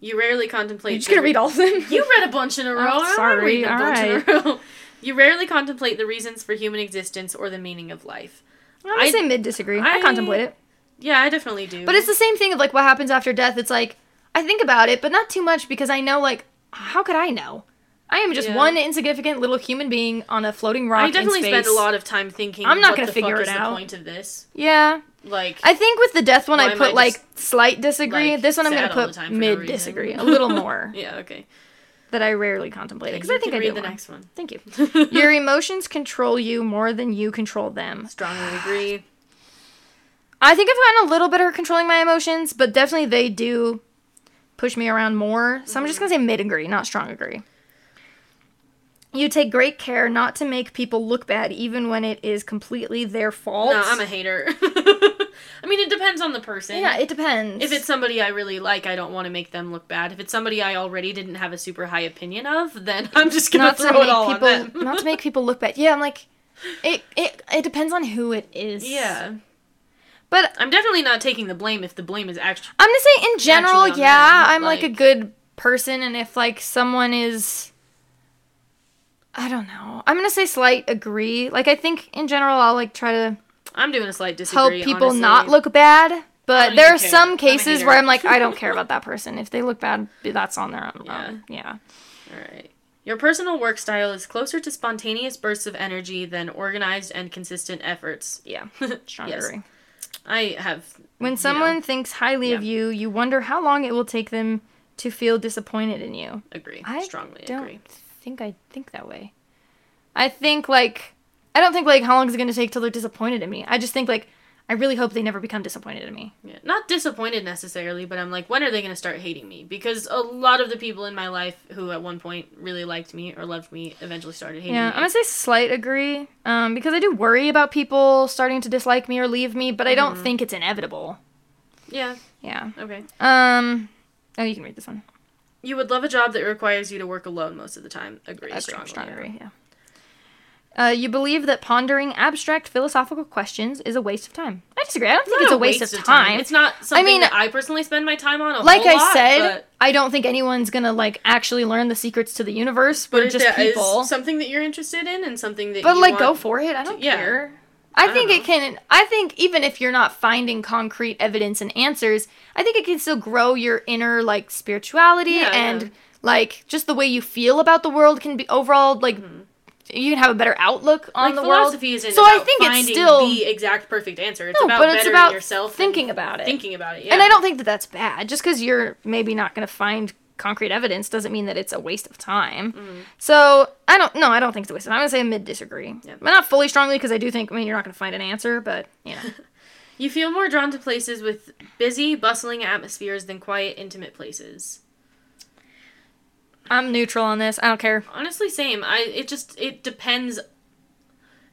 B: You rarely contemplate.
A: You just gonna
B: the-
A: read all of them?
B: You read a bunch in a row.
A: Oh,
B: I'm
A: sorry,
B: reading a
A: all
B: bunch in a row. You rarely contemplate the reasons for human existence or the meaning of life.
A: I'm gonna
B: I-
A: say mid disagree. I,
B: I-
A: contemplate it,
B: Yeah, I definitely do.
A: but it's the same thing of like what happens after death. It's like I think about it, but not too much because I know like how could I know? I am just
B: Yeah.
A: one insignificant little human being on a floating rock.
B: I definitely
A: in space.
B: spend a lot of time thinking.
A: I'm not
B: what
A: gonna
B: the
A: figure
B: fuck
A: it
B: is
A: out.
B: The point of this,
A: Yeah,
B: like,
A: I think with the death one,
B: Why
A: I
B: am
A: put
B: I
A: like
B: just,
A: slight disagree.
B: like,
A: this one I'm
B: sad
A: gonna
B: all the
A: put
B: time for no
A: mid
B: reason?
A: disagree, a little more
B: yeah, okay.
A: that I rarely contemplate because I
B: You
A: think
B: can
A: I
B: read the
A: do. one.
B: next one.
A: Thank you. Your emotions control you more than you control them.
B: Strongly agree.
A: I think I've gotten a little better at controlling my emotions, but definitely they do push me around more. So I'm just
B: Mm-hmm.
A: gonna say mid agree, not strong agree. You take great care not to make people look bad, even when it is completely their fault.
B: No, I'm a hater. I mean, it depends on the person.
A: yeah, it depends.
B: If it's somebody I really like, I don't want to make them look bad. If it's somebody I already didn't have a super high opinion of, then I'm just gonna
A: not to
B: throw
A: make
B: it all
A: people
B: on them.
A: not to make people look bad. Yeah, I'm like, it it it depends on who it is.
B: yeah,
A: but
B: I'm definitely not taking the blame if the blame is actually.
A: I'm gonna say in general,
B: Naturally on
A: yeah,
B: them,
A: I'm like, a
B: like-
A: good person, and if like someone is, I don't know, I'm gonna say slight agree. Like I think in general, I'll like try to
B: I'm doing a slight disagree.
A: help people
B: honestly.
A: not look bad. But
B: don't
A: there
B: even
A: are
B: care. I'm
A: some
B: a
A: cases
B: hater.
A: where I'm like, I don't care about that person. If they look bad, that's on their own.
B: Yeah.
A: Um, yeah.
B: All right. Your personal work style is closer to spontaneous bursts of energy than organized and consistent efforts.
A: Yeah. Strong
B: Yes.
A: agree.
B: I have.
A: When
B: you
A: someone
B: know,
A: thinks highly of
B: Yeah.
A: you, you wonder how long it will take them to feel disappointed in you.
B: agree,
A: I
B: strongly
A: don't
B: agree.
A: think I think that way. I think like I don't think like how long is it going to take till they're disappointed in me. I just think like I really hope they never become disappointed in me.
B: Yeah. Not disappointed necessarily, but I'm like, when are they going to start hating me? Because a lot of the people in my life who at one point really liked me or loved me eventually started hating
A: Yeah, I'm
B: me.
A: gonna say slight agree, um, because I do worry about people starting to dislike me or leave me, but I don't think it's inevitable.
B: yeah,
A: Yeah.
B: okay.
A: Um. Oh, you can read this one.
B: You would love a job that requires you to work alone most of the time. Agree,
A: Agree,
B: strongly.
A: strong agree, yeah. Uh, you believe that pondering abstract philosophical questions is a waste of time. I disagree. I don't think
B: Not
A: it's a waste, of time.
B: It's not something
A: mean-
B: that I personally spend my time on a
A: like
B: whole
A: I
B: lot,
A: said,
B: but-
A: I don't think anyone's gonna like actually learn the secrets to the universe. We're
B: But if
A: just
B: that is
A: people.
B: something that you're interested in and something that
A: but
B: you
A: like,
B: want,
A: go for it. I don't
B: yeah.
A: care. I,
B: don't
A: think it
B: know.
A: can. I think even if you're not finding concrete evidence and answers, I think it can still grow your inner like spirituality
B: Yeah,
A: and
B: yeah.
A: like just the way you feel about the world can be overall like you can have a better outlook on
B: Mm-hmm. like,
A: the world.
B: philosophy isn't
A: so I
B: about
A: think it's
B: finding
A: still
B: the exact perfect answer. It's
A: no,
B: about
A: but it's
B: bettering
A: about
B: yourself and
A: thinking about it.
B: thinking about it. Yeah.
A: And I don't think that that's bad. Just because you're maybe not going to find concrete evidence doesn't mean that it's a waste of time.
B: Mm.
A: So I don't. No, I don't think it's a waste of time. I'm going to say a mid disagree,
B: Yeah.
A: but not fully strongly because I do think. I mean, you're not going to find an answer, but you know.
B: You feel more drawn to places with busy, bustling atmospheres than quiet, intimate places.
A: I'm neutral on this. I don't care.
B: Honestly, same. I it just it depends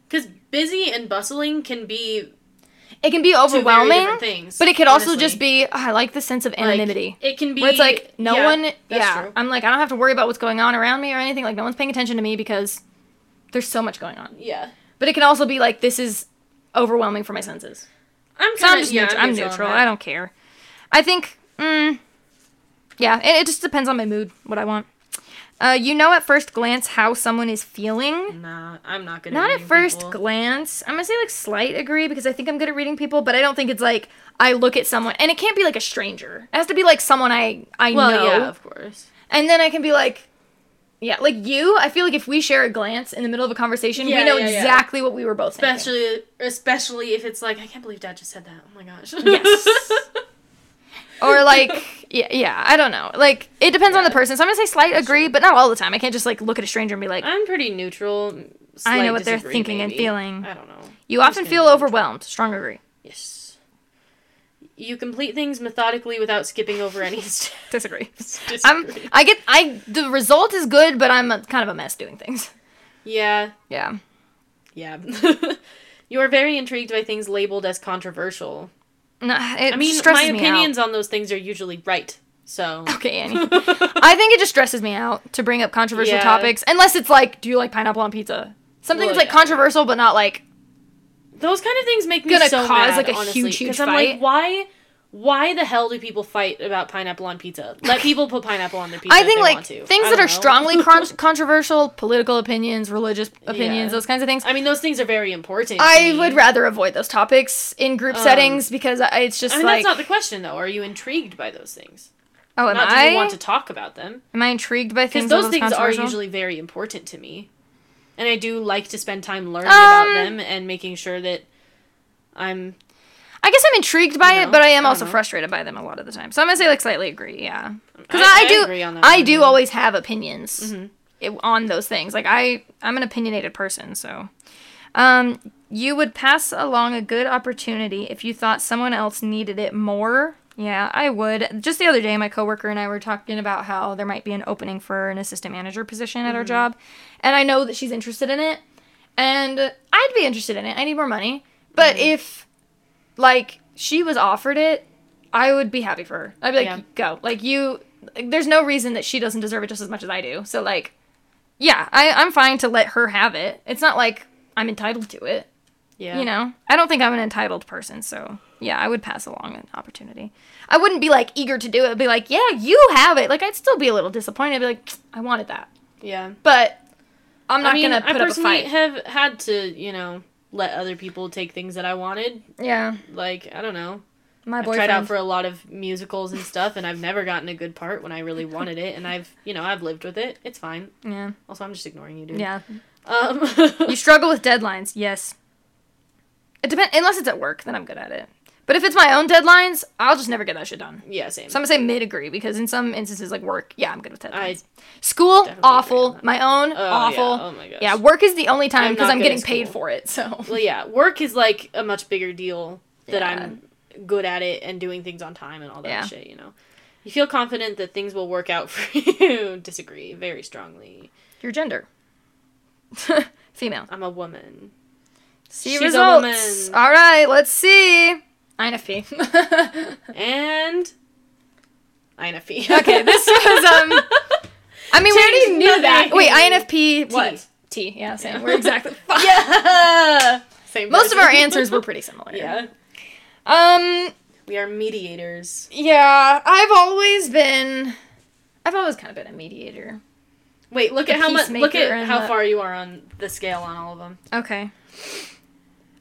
B: cuz busy and bustling can be
A: It can be
B: two very
A: overwhelming,
B: different things.
A: but it could also
B: honestly.
A: just be. "Oh, I like the sense of
B: Like,
A: anonymity.
B: it can be
A: where it's like no
B: yeah,
A: one,
B: that's
A: yeah.
B: true.
A: I'm like I don't have to worry about what's going on around me or anything. Like no one's paying attention to me because there's so much going on.
B: Yeah.
A: But it can also be like this is overwhelming for my senses.
B: I'm
A: So
B: kind
A: I'm
B: of
A: just
B: yeah,
A: neutral. I'm
B: on
A: neutral.
B: that.
A: I don't care. I think, mm, yeah, it, it just depends on my mood, what I want. Uh, you know at first glance how someone is feeling.
B: Nah, I'm not good.
A: Not
B: at
A: at
B: reading
A: first
B: people.
A: glance. I'm gonna say like slight agree because I think I'm good at reading people, but I don't think it's like I look at someone and it can't be like a stranger. It has to be like someone I I
B: well,
A: know,
B: yeah, of course.
A: and then I can be like, yeah, like you. I feel like if we share a glance in the middle of a conversation, we
B: Yeah,
A: know
B: yeah, yeah.
A: exactly what we were both thinking.
B: Especially, especially if it's like, I can't believe Dad just said that. Oh my gosh.
A: Yes. or like yeah, yeah i don't know like it depends on the
B: Yeah.
A: person so i'm gonna say slight agree but not all the time i can't just like look at a stranger and be like
B: I'm pretty neutral.
A: i know
B: slight
A: what they're
B: disagree,
A: thinking and
B: maybe.
A: feeling
B: I don't know.
A: you often
B: gonna
A: feel
B: be
A: overwhelmed strong agree
B: Yes. You complete things methodically without skipping over any steps.
A: disagree i'm
B: Disagree.
A: i get i the result is good but i'm a, kind of a mess doing things
B: Yeah,
A: yeah
B: yeah. you are very intrigued by things labeled as controversial.
A: no, it
B: I mean, my
A: stresses me
B: opinions on those things are usually right. So.
A: out. okay annie i think it just stresses me out to bring up controversial
B: Yeah.
A: topics unless it's like do you like pineapple on pizza something
B: Well,
A: that's like
B: yeah.
A: controversial but not like
B: those kind of things make me
A: Gonna
B: so
A: cause,
B: mad,
A: like, a
B: honestly,
A: huge, huge
B: 'cause I'm
A: fight.
B: like, why? Why the hell do people fight about pineapple on pizza? Let people put pineapple on their pizza.
A: I
B: if
A: think
B: they
A: like
B: want to.
A: things
B: I
A: that
B: don't
A: are
B: know.
A: strongly con- controversial, political opinions, religious opinions,
B: Yeah.
A: those kinds of things.
B: I mean, those things are very important. to
A: I
B: me.
A: would rather avoid those topics in group
B: Um,
A: settings because I- it's just
B: I mean,
A: like
B: that's not the question though. Are you intrigued by those things?
A: oh, am
B: not do
A: I
B: you want to talk about them?
A: am I intrigued by
B: Because
A: things?
B: those
A: almost
B: things are
A: controversial?
B: usually very important to me, and I do like to spend time learning
A: Um,
B: about them and making sure that I'm
A: I guess I'm intrigued by
B: You
A: it,
B: know?
A: but I am
B: I don't
A: also
B: know.
A: frustrated by them a lot of the time. So I'm gonna say like slightly agree, yeah. Because I,
B: I-
A: I
B: I
A: do,
B: agree on that
A: I
B: one,
A: do
B: yeah. Mm-hmm.
A: always have opinions i- on those things. Like I, I'm an opinionated person, so. Um, you would pass along a good opportunity if you thought someone else needed it more. Yeah, I would. Just the other day, my coworker and I were talking about how there might be an opening for an assistant manager position
B: Mm-hmm.
A: at our job, and I know that she's interested in it, and I'd be interested in it. I need more money, but
B: Mm-hmm.
A: if like she was offered it, I would be happy for her. I'd be like,
B: Yeah.
A: go. Like you, like, there's no reason that she doesn't deserve it just as much as I do. So like, yeah, I, I'm fine to let her have it. It's not like I'm entitled to it.
B: yeah.
A: You know, I don't think I'm an entitled person. So yeah, I would pass along an opportunity. I wouldn't be like eager to do it. I'd be like, yeah, you have it. Like I'd still be a little disappointed. I'd be like, I wanted that,
B: yeah.
A: but I'm not
B: I mean,
A: gonna
B: I
A: put up a
B: personally
A: fight.
B: have had to, you know, let other people take things that I wanted.
A: yeah,
B: Like I don't know.
A: my
B: I've
A: boyfriend.
B: tried out for a lot of musicals and stuff, and I've never gotten a good part when I really wanted it. And I've, you know, I've lived with it. It's fine.
A: yeah,
B: Also, I'm just ignoring you, dude.
A: yeah.
B: Um,
A: Mm. You struggle with deadlines, yes. It depends, unless it's at work, then I'm good at it. But if it's my own deadlines, I'll just never get that shit done.
B: yeah, same.
A: So I'm gonna say mid agree because in some instances, like work, yeah, I'm good with deadlines.
B: I
A: school,
B: definitely agree on
A: awful.
B: that.
A: My own,
B: Oh,
A: awful.
B: Yeah. Oh my gosh.
A: Yeah, work is the only time
B: I'm
A: because
B: not
A: I'm,
B: good at
A: getting paid
B: school.
A: for it. So
B: Well, yeah, work is like a much bigger deal that
A: Yeah.
B: I'm good at it and doing things on time and all that
A: Yeah.
B: shit, you know. You feel confident that things will work out for you. Disagree very strongly.
A: your gender, female.
B: I'm a woman.
A: See
B: She's a
A: results.
B: woman.
A: All right, let's see. INFP.
B: And INFP.
A: okay, this was um. I mean, we already
B: Changed
A: knew that.
B: nothing.
A: Wait, INFP
B: What?
A: T. Yeah, same. We're exactly. Fuck.
B: yeah. Same
A: Most
B: person.
A: of our answers were pretty similar.
B: Yeah.
A: Um.
B: We are mediators.
A: Yeah. I've always been. I've always kind of been a mediator.
B: Wait, look
A: The
B: at how much look
A: peacemaker
B: at
A: and
B: how
A: the-
B: far you are on the scale on all of them.
A: Okay.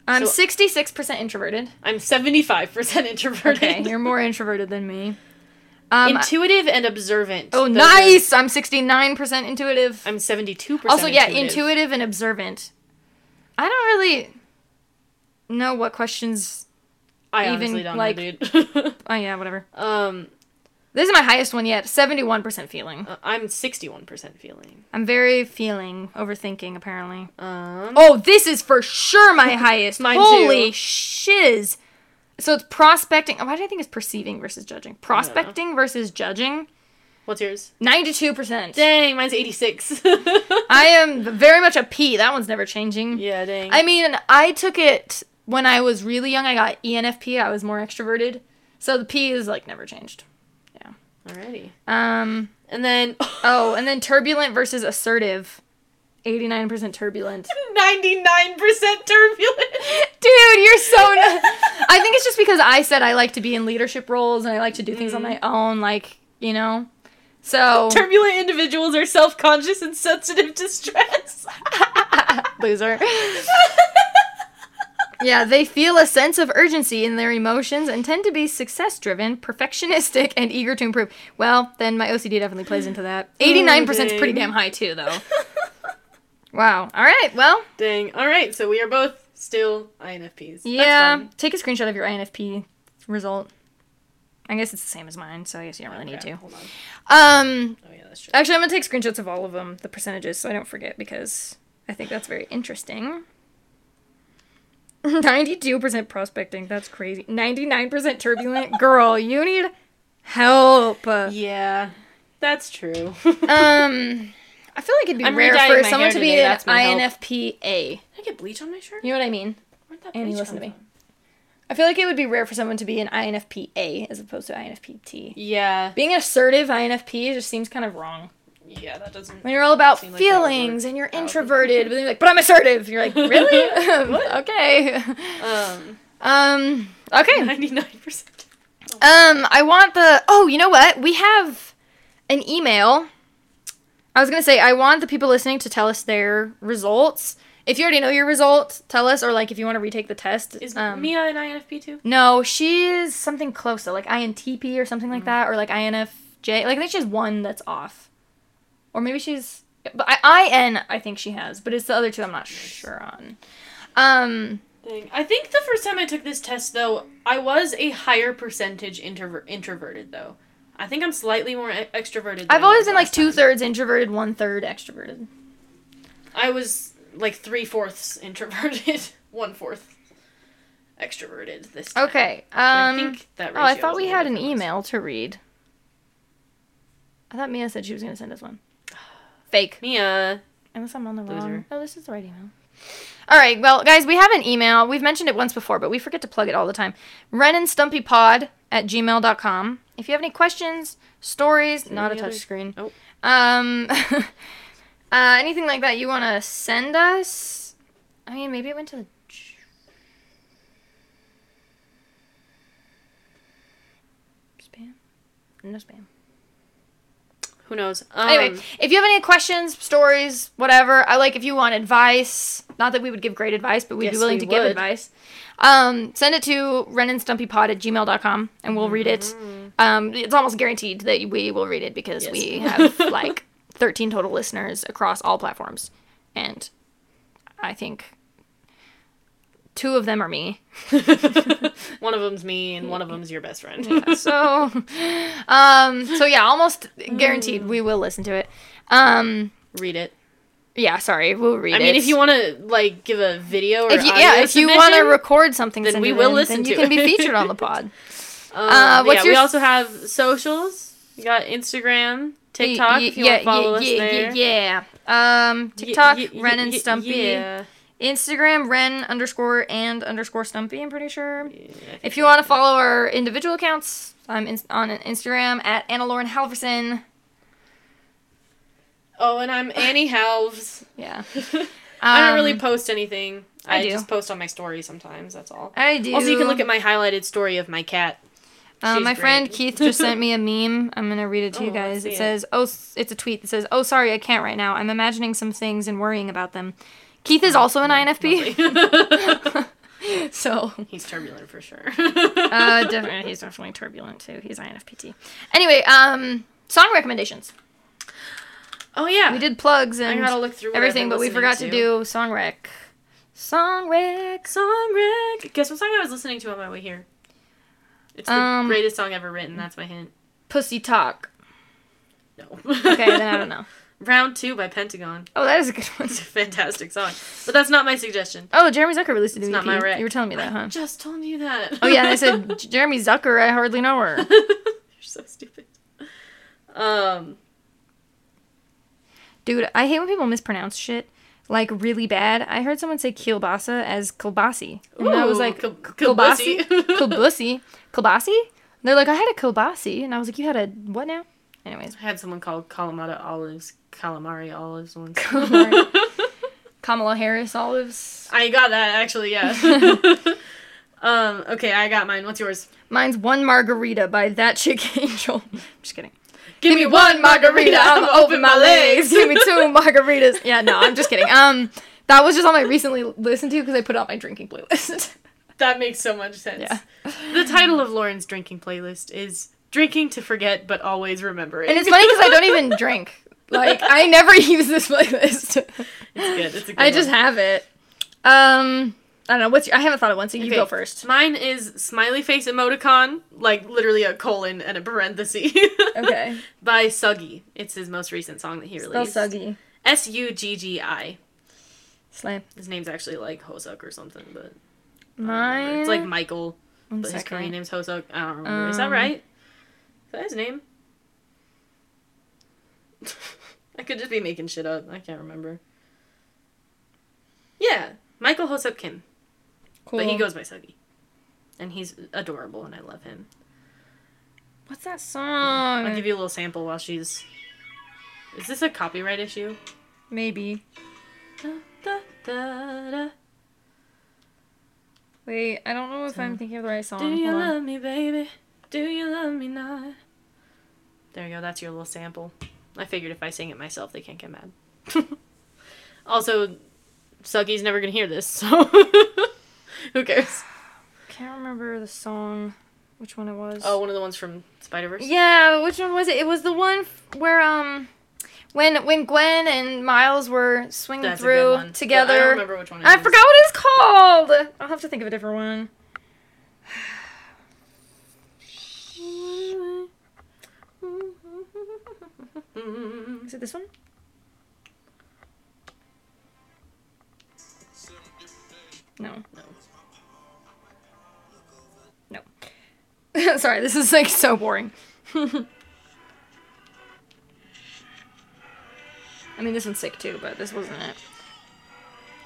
A: I'm
B: So-
A: 66% introverted.
B: I'm 75% introverted.
A: Okay, you're more introverted than me. Um, I-
B: intuitive and observant.
A: oh,
B: Those are-
A: nice! I'm 69% intuitive.
B: I'm 72%
A: also, yeah, intuitive.
B: intuitive.
A: and observant. I don't really know what questions.
B: I
A: Even,
B: honestly don't
A: like-
B: know, dude.
A: Oh, yeah, whatever.
B: um,
A: This is my highest one yet 71% feeling.
B: uh, I'm 61% feeling.
A: I'm very feeling, overthinking, apparently.
B: Um,
A: Oh, this is for sure my highest.
B: Mine
A: Holy
B: too.
A: shiz. So it's prospecting. Why do I think it's perceiving versus judging? Prospecting versus judging.
B: what's yours?
A: 92%.
B: Dang, mine's 86.
A: I am very much a P. That one's never changing.
B: yeah, dang.
A: I mean, I took it when I was really young. I got E ENFP. I was more extroverted. So the P is like never changed.
B: Alrighty.
A: Um,
B: And then
A: oh, and then turbulent versus assertive. 89%
B: 99%
A: turbulent.
B: turbulent.
A: Dude, you're so. n- I think it's just because I said I like to be in leadership roles and I like to do
B: Mm.
A: things on my own, like, you know? So.
B: Turbulent individuals are self-conscious and sensitive to stress.
A: loser. yeah, they feel a sense of urgency in their emotions and tend to be success driven, perfectionistic, and eager to improve. Well, then my OCD definitely plays into that. 89% is pretty
B: dang.
A: damn high, too, though. Wow. All right. Well,
B: dang. All right, so we are both still INFPs. That's
A: yeah.
B: fun.
A: Take a screenshot of your INFP result. I guess it's the same as mine, so I guess you don't really need
B: Yeah,
A: to.
B: Hold on.
A: Um,
B: Oh yeah, that's true.
A: Actually, I'm gonna take screenshots of all of them, the percentages, so I don't forget because I think that's very interesting. 92% prospecting. That's crazy. 99% turbulent. Girl, you need help. Um,
B: Yeah, that's true.
A: I feel like it'd be
B: I'm
A: rare
B: redying
A: for
B: my
A: someone
B: hair
A: to be
B: today,
A: an
B: that's my help.
A: INFPA.
B: Did I get bleach on my shirt?
A: You know what I mean?
B: Where'd that
A: Annie,
B: bleach
A: listen
B: come
A: to me.
B: from?
A: I feel like it would be rare for someone to be an INFPA as opposed to INFPT.
B: Yeah,
A: Being an assertive INFP just seems kind of wrong.
B: yeah, that doesn't.
A: When you're all about
B: Seem like that would work
A: feelings and you're
B: out.
A: introverted, but then you're like, but I'm assertive. And you're like, really? okay.
B: Um,
A: Um. Okay.
B: ninety nine percent.
A: Um, I want the. Oh, you know what? We have an email. I was gonna say I want the people listening to tell us their results. If you already know your results, tell us, or like if you want to retake the test.
B: Is
A: um,
B: Mia an INFP too?
A: No, she's something close to like INTP or something like that, or like INFJ. Like I think she has one that's off, or maybe she's. But I, IN, I think she has, but it's the other two I'm not sure on. Um,
B: Thing. I think the first time I took this test though, I was a higher percentage introver- introverted though. I think I'm slightly more e- extroverted. Than I
A: I've always
B: was
A: been like
B: last time.
A: two thirds introverted, one third extroverted.
B: I was like three fourths introverted, one fourth extroverted this time.
A: Okay. Um,
B: But I think that
A: Oh, I
B: ratio
A: thought
B: was
A: we
B: a little
A: had an
B: different last
A: email to read. I thought Mia said she was going to send us one. Fake.
B: time. Mia,
A: Unless I'm on the wrong.
B: Loser.
A: Oh, this is the right email. All right, well, guys, we have an email. We've mentioned it once before, but we forget to plug it all the time. Ren and Pod at gmail.com. If you have any questions, stories, not a
B: any other-
A: touchscreen.
B: Nope.
A: Um, uh, anything like that you want to send us? I mean, maybe it went to the. j- Spam? No spam.
B: who knows? Um,
A: Anyway, if you have any questions, stories, whatever, I like if you want advice. Not that we would give great advice, but we'd
B: Yes,
A: be willing
B: we
A: to give
B: would.
A: advice. Um, send it to renandstumpypod at gmail.com and we'll read it. Um, it's almost guaranteed that we will read it because
B: Mm-hmm. Yes.
A: we have like 13 total listeners across all platforms. And I think two of them are me.
B: one of them's me, and one of them's your best friend.
A: So, um, so yeah, almost
B: Mm.
A: guaranteed we will listen to it. Um,
B: Read it.
A: yeah, sorry, we'll read
B: I
A: it.
B: mean, if you want to like give a video or
A: if you, yeah, if you want to
B: record,
A: record something,
B: then
A: send
B: we
A: it
B: will
A: in,
B: listen
A: Then you
B: to
A: can be
B: it.
A: featured on the pod. uh,
B: uh,
A: what's
B: yeah,
A: your
B: we
A: s-
B: also have socials. We got Instagram, TikTok.
A: Y-
B: if you
A: yeah,
B: want to follow
A: yeah,
B: us
A: yeah,
B: there.
A: yeah, yeah. Um, TikTok,
B: Y- y-
A: Ren and
B: y- y-
A: Stumpy.
B: Yeah.
A: Instagram, Ren underscore and underscore Stumpy. I'm pretty sure.
B: Yeah, I think
A: If you want to follow our individual accounts, I'm in- on Instagram at Anna Lauren Halverson.
B: Oh, and I'm Annie Halves.
A: Yeah,
B: I don't really
A: Um,
B: post anything.
A: I
B: I,
A: do.
B: just post on my story sometimes. That's all.
A: I do.
B: Also, you can look at my highlighted story of my cat.
A: Uh,
B: She's
A: my friend
B: great.
A: Keith just sent me a meme. I'm gonna read it to
B: Oh,
A: you
B: I
A: guys.
B: see
A: It
B: it.
A: says, "Oh, s- it's a tweet that says, oh, sorry, I can't right now. I'm imagining some things and worrying about them." Keith is also an INFP, so
B: He's turbulent for sure.
A: uh, definitely he's definitely turbulent too. He's INFPT. Anyway, um, song recommendations.
B: oh yeah,
A: We did plugs
B: I
A: and
B: gotta look through what I've
A: everything,
B: been
A: but we
B: listening
A: forgot to. do song rec. Song rec.
B: song Rick. Guess what song I was listening to on my way here? It's the
A: Um,
B: greatest song ever written. That's my hint.
A: Pussy talk.
B: No.
A: Okay, then I don't know.
B: Round two by Pentagon.
A: Oh, that is a good one.
B: It's a fantastic song, but that's not my suggestion.
A: Oh, Jeremy Zucker released a new
B: It's not
A: EP.
B: my rec.
A: You were telling me that, huh?
B: Just told you that.
A: Oh yeah, and I said "J- Jeremy Zucker. I hardly know her.
B: You're so stupid. Um.
A: Dude, I hate when people mispronounce shit like really bad. I heard someone say kielbasa as kielbasi, and I was
B: Ooh,
A: like
B: kil-
A: kielbasi,
B: kielbasi.
A: kielbasi, kielbasi. And They're like, I had a kielbasi, and I was like, you had a what now? Anyways,
B: I had someone call Kalamata olives calamari olives once.
A: Calamari. Kamala Harris olives.
B: I got that actually, yeah. um, okay, I got mine. What's yours?
A: Mine's one margarita by that chick Angel. Just kidding.
B: Give
A: I'ma Give me two margaritas. Yeah, no, I'm just kidding. Um, that was just on my recently listened to because I put it on my drinking playlist.
B: That makes so much sense.
A: Yeah.
B: The title of Lauren's drinking playlist is Drinking to Forget but Always Remember It.
A: And it's funny because I don't even drink. Like I never use this
B: it's
A: playlist.
B: good. It's a good
A: I just
B: one.
A: have it. Um, I don't know. What's your, I haven't thought of one, so you
B: Okay,
A: go first.
B: Mine is smiley face emoticon, like literally a colon and a parenthesis.
A: Okay.
B: By Suggy. It's his most recent song that he released.
A: Suggy.
B: S U G G I.
A: Slay.
B: His name's actually like Hosuk or something, but I don't remember.
A: Mine.
B: Oh, It's like Michael,
A: One
B: but his
A: second.
B: Korean name's Hosuk. I don't remember. is
A: Um,
B: that right? Is that his name? I could just be making shit up. I can't remember. Yeah, Michael Hosuk Kim,
A: Cool.
B: but he goes by Sugi, and he's adorable, and I love him.
A: What's that song?
B: I'll give you a little sample while she's Is this a copyright issue?
A: Maybe.
B: Da, da, da, da.
A: Wait, I don't know if I'm
B: Some-
A: thinking of the right song.
B: Do you
A: Hold on.
B: love me, baby? Do you love me not? There you go. That's your little sample. I figured if I sing it myself, they can't get mad. also, Sucky's never gonna hear this, so who cares?
A: Can't remember the song, which one it was.
B: Oh, one of the ones from Spider Verse.
A: Yeah, but which one was it? It was the one f- where um, when when Gwen and Miles were swinging
B: That's a good
A: through
B: one. But
A: together.
B: I don't remember which one. it
A: I
B: is.
A: forgot what it's called. I'll have to think of a different one. Is it this one? No. No. No. Sorry, this is like so boring. I mean, this one's sick too, but this wasn't it.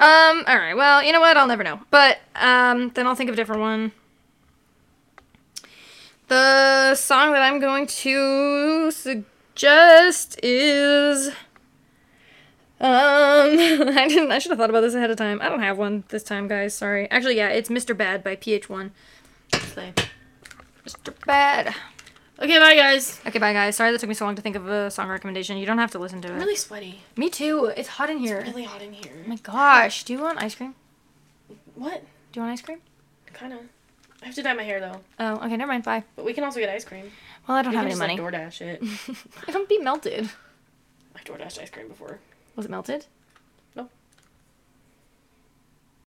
A: Um, alright, well, you know what? I'll never know. But, um, then I'll think of a different one. The song that I'm going to suggest is. Um, I didn't. I should have thought about this ahead of time. I don't have one this time, guys. Sorry. Actually, yeah, it's Mr. Bad by PH1.
B: Slay.
A: Mr. Bad.
B: Okay, bye guys.
A: Okay, bye, guys. Sorry that took me so long to think of a song recommendation. You don't have to listen to it.
B: I'm really sweaty.
A: Me too. It's hot in here.
B: It's really hot in
A: oh
B: here.
A: my gosh. Do you want ice cream?
B: What?
A: Do you want ice cream?
B: Kind of. I have to dye my hair though,
A: Oh, okay. Never mind. Bye.
B: but we can also get ice cream.
A: Well, I don't
B: we
A: have
B: can
A: any
B: just,
A: money.
B: Like, DoorDash it.
A: It'll be melted.
B: I DoorDashed ice cream before.
A: Was it melted?
B: Nope.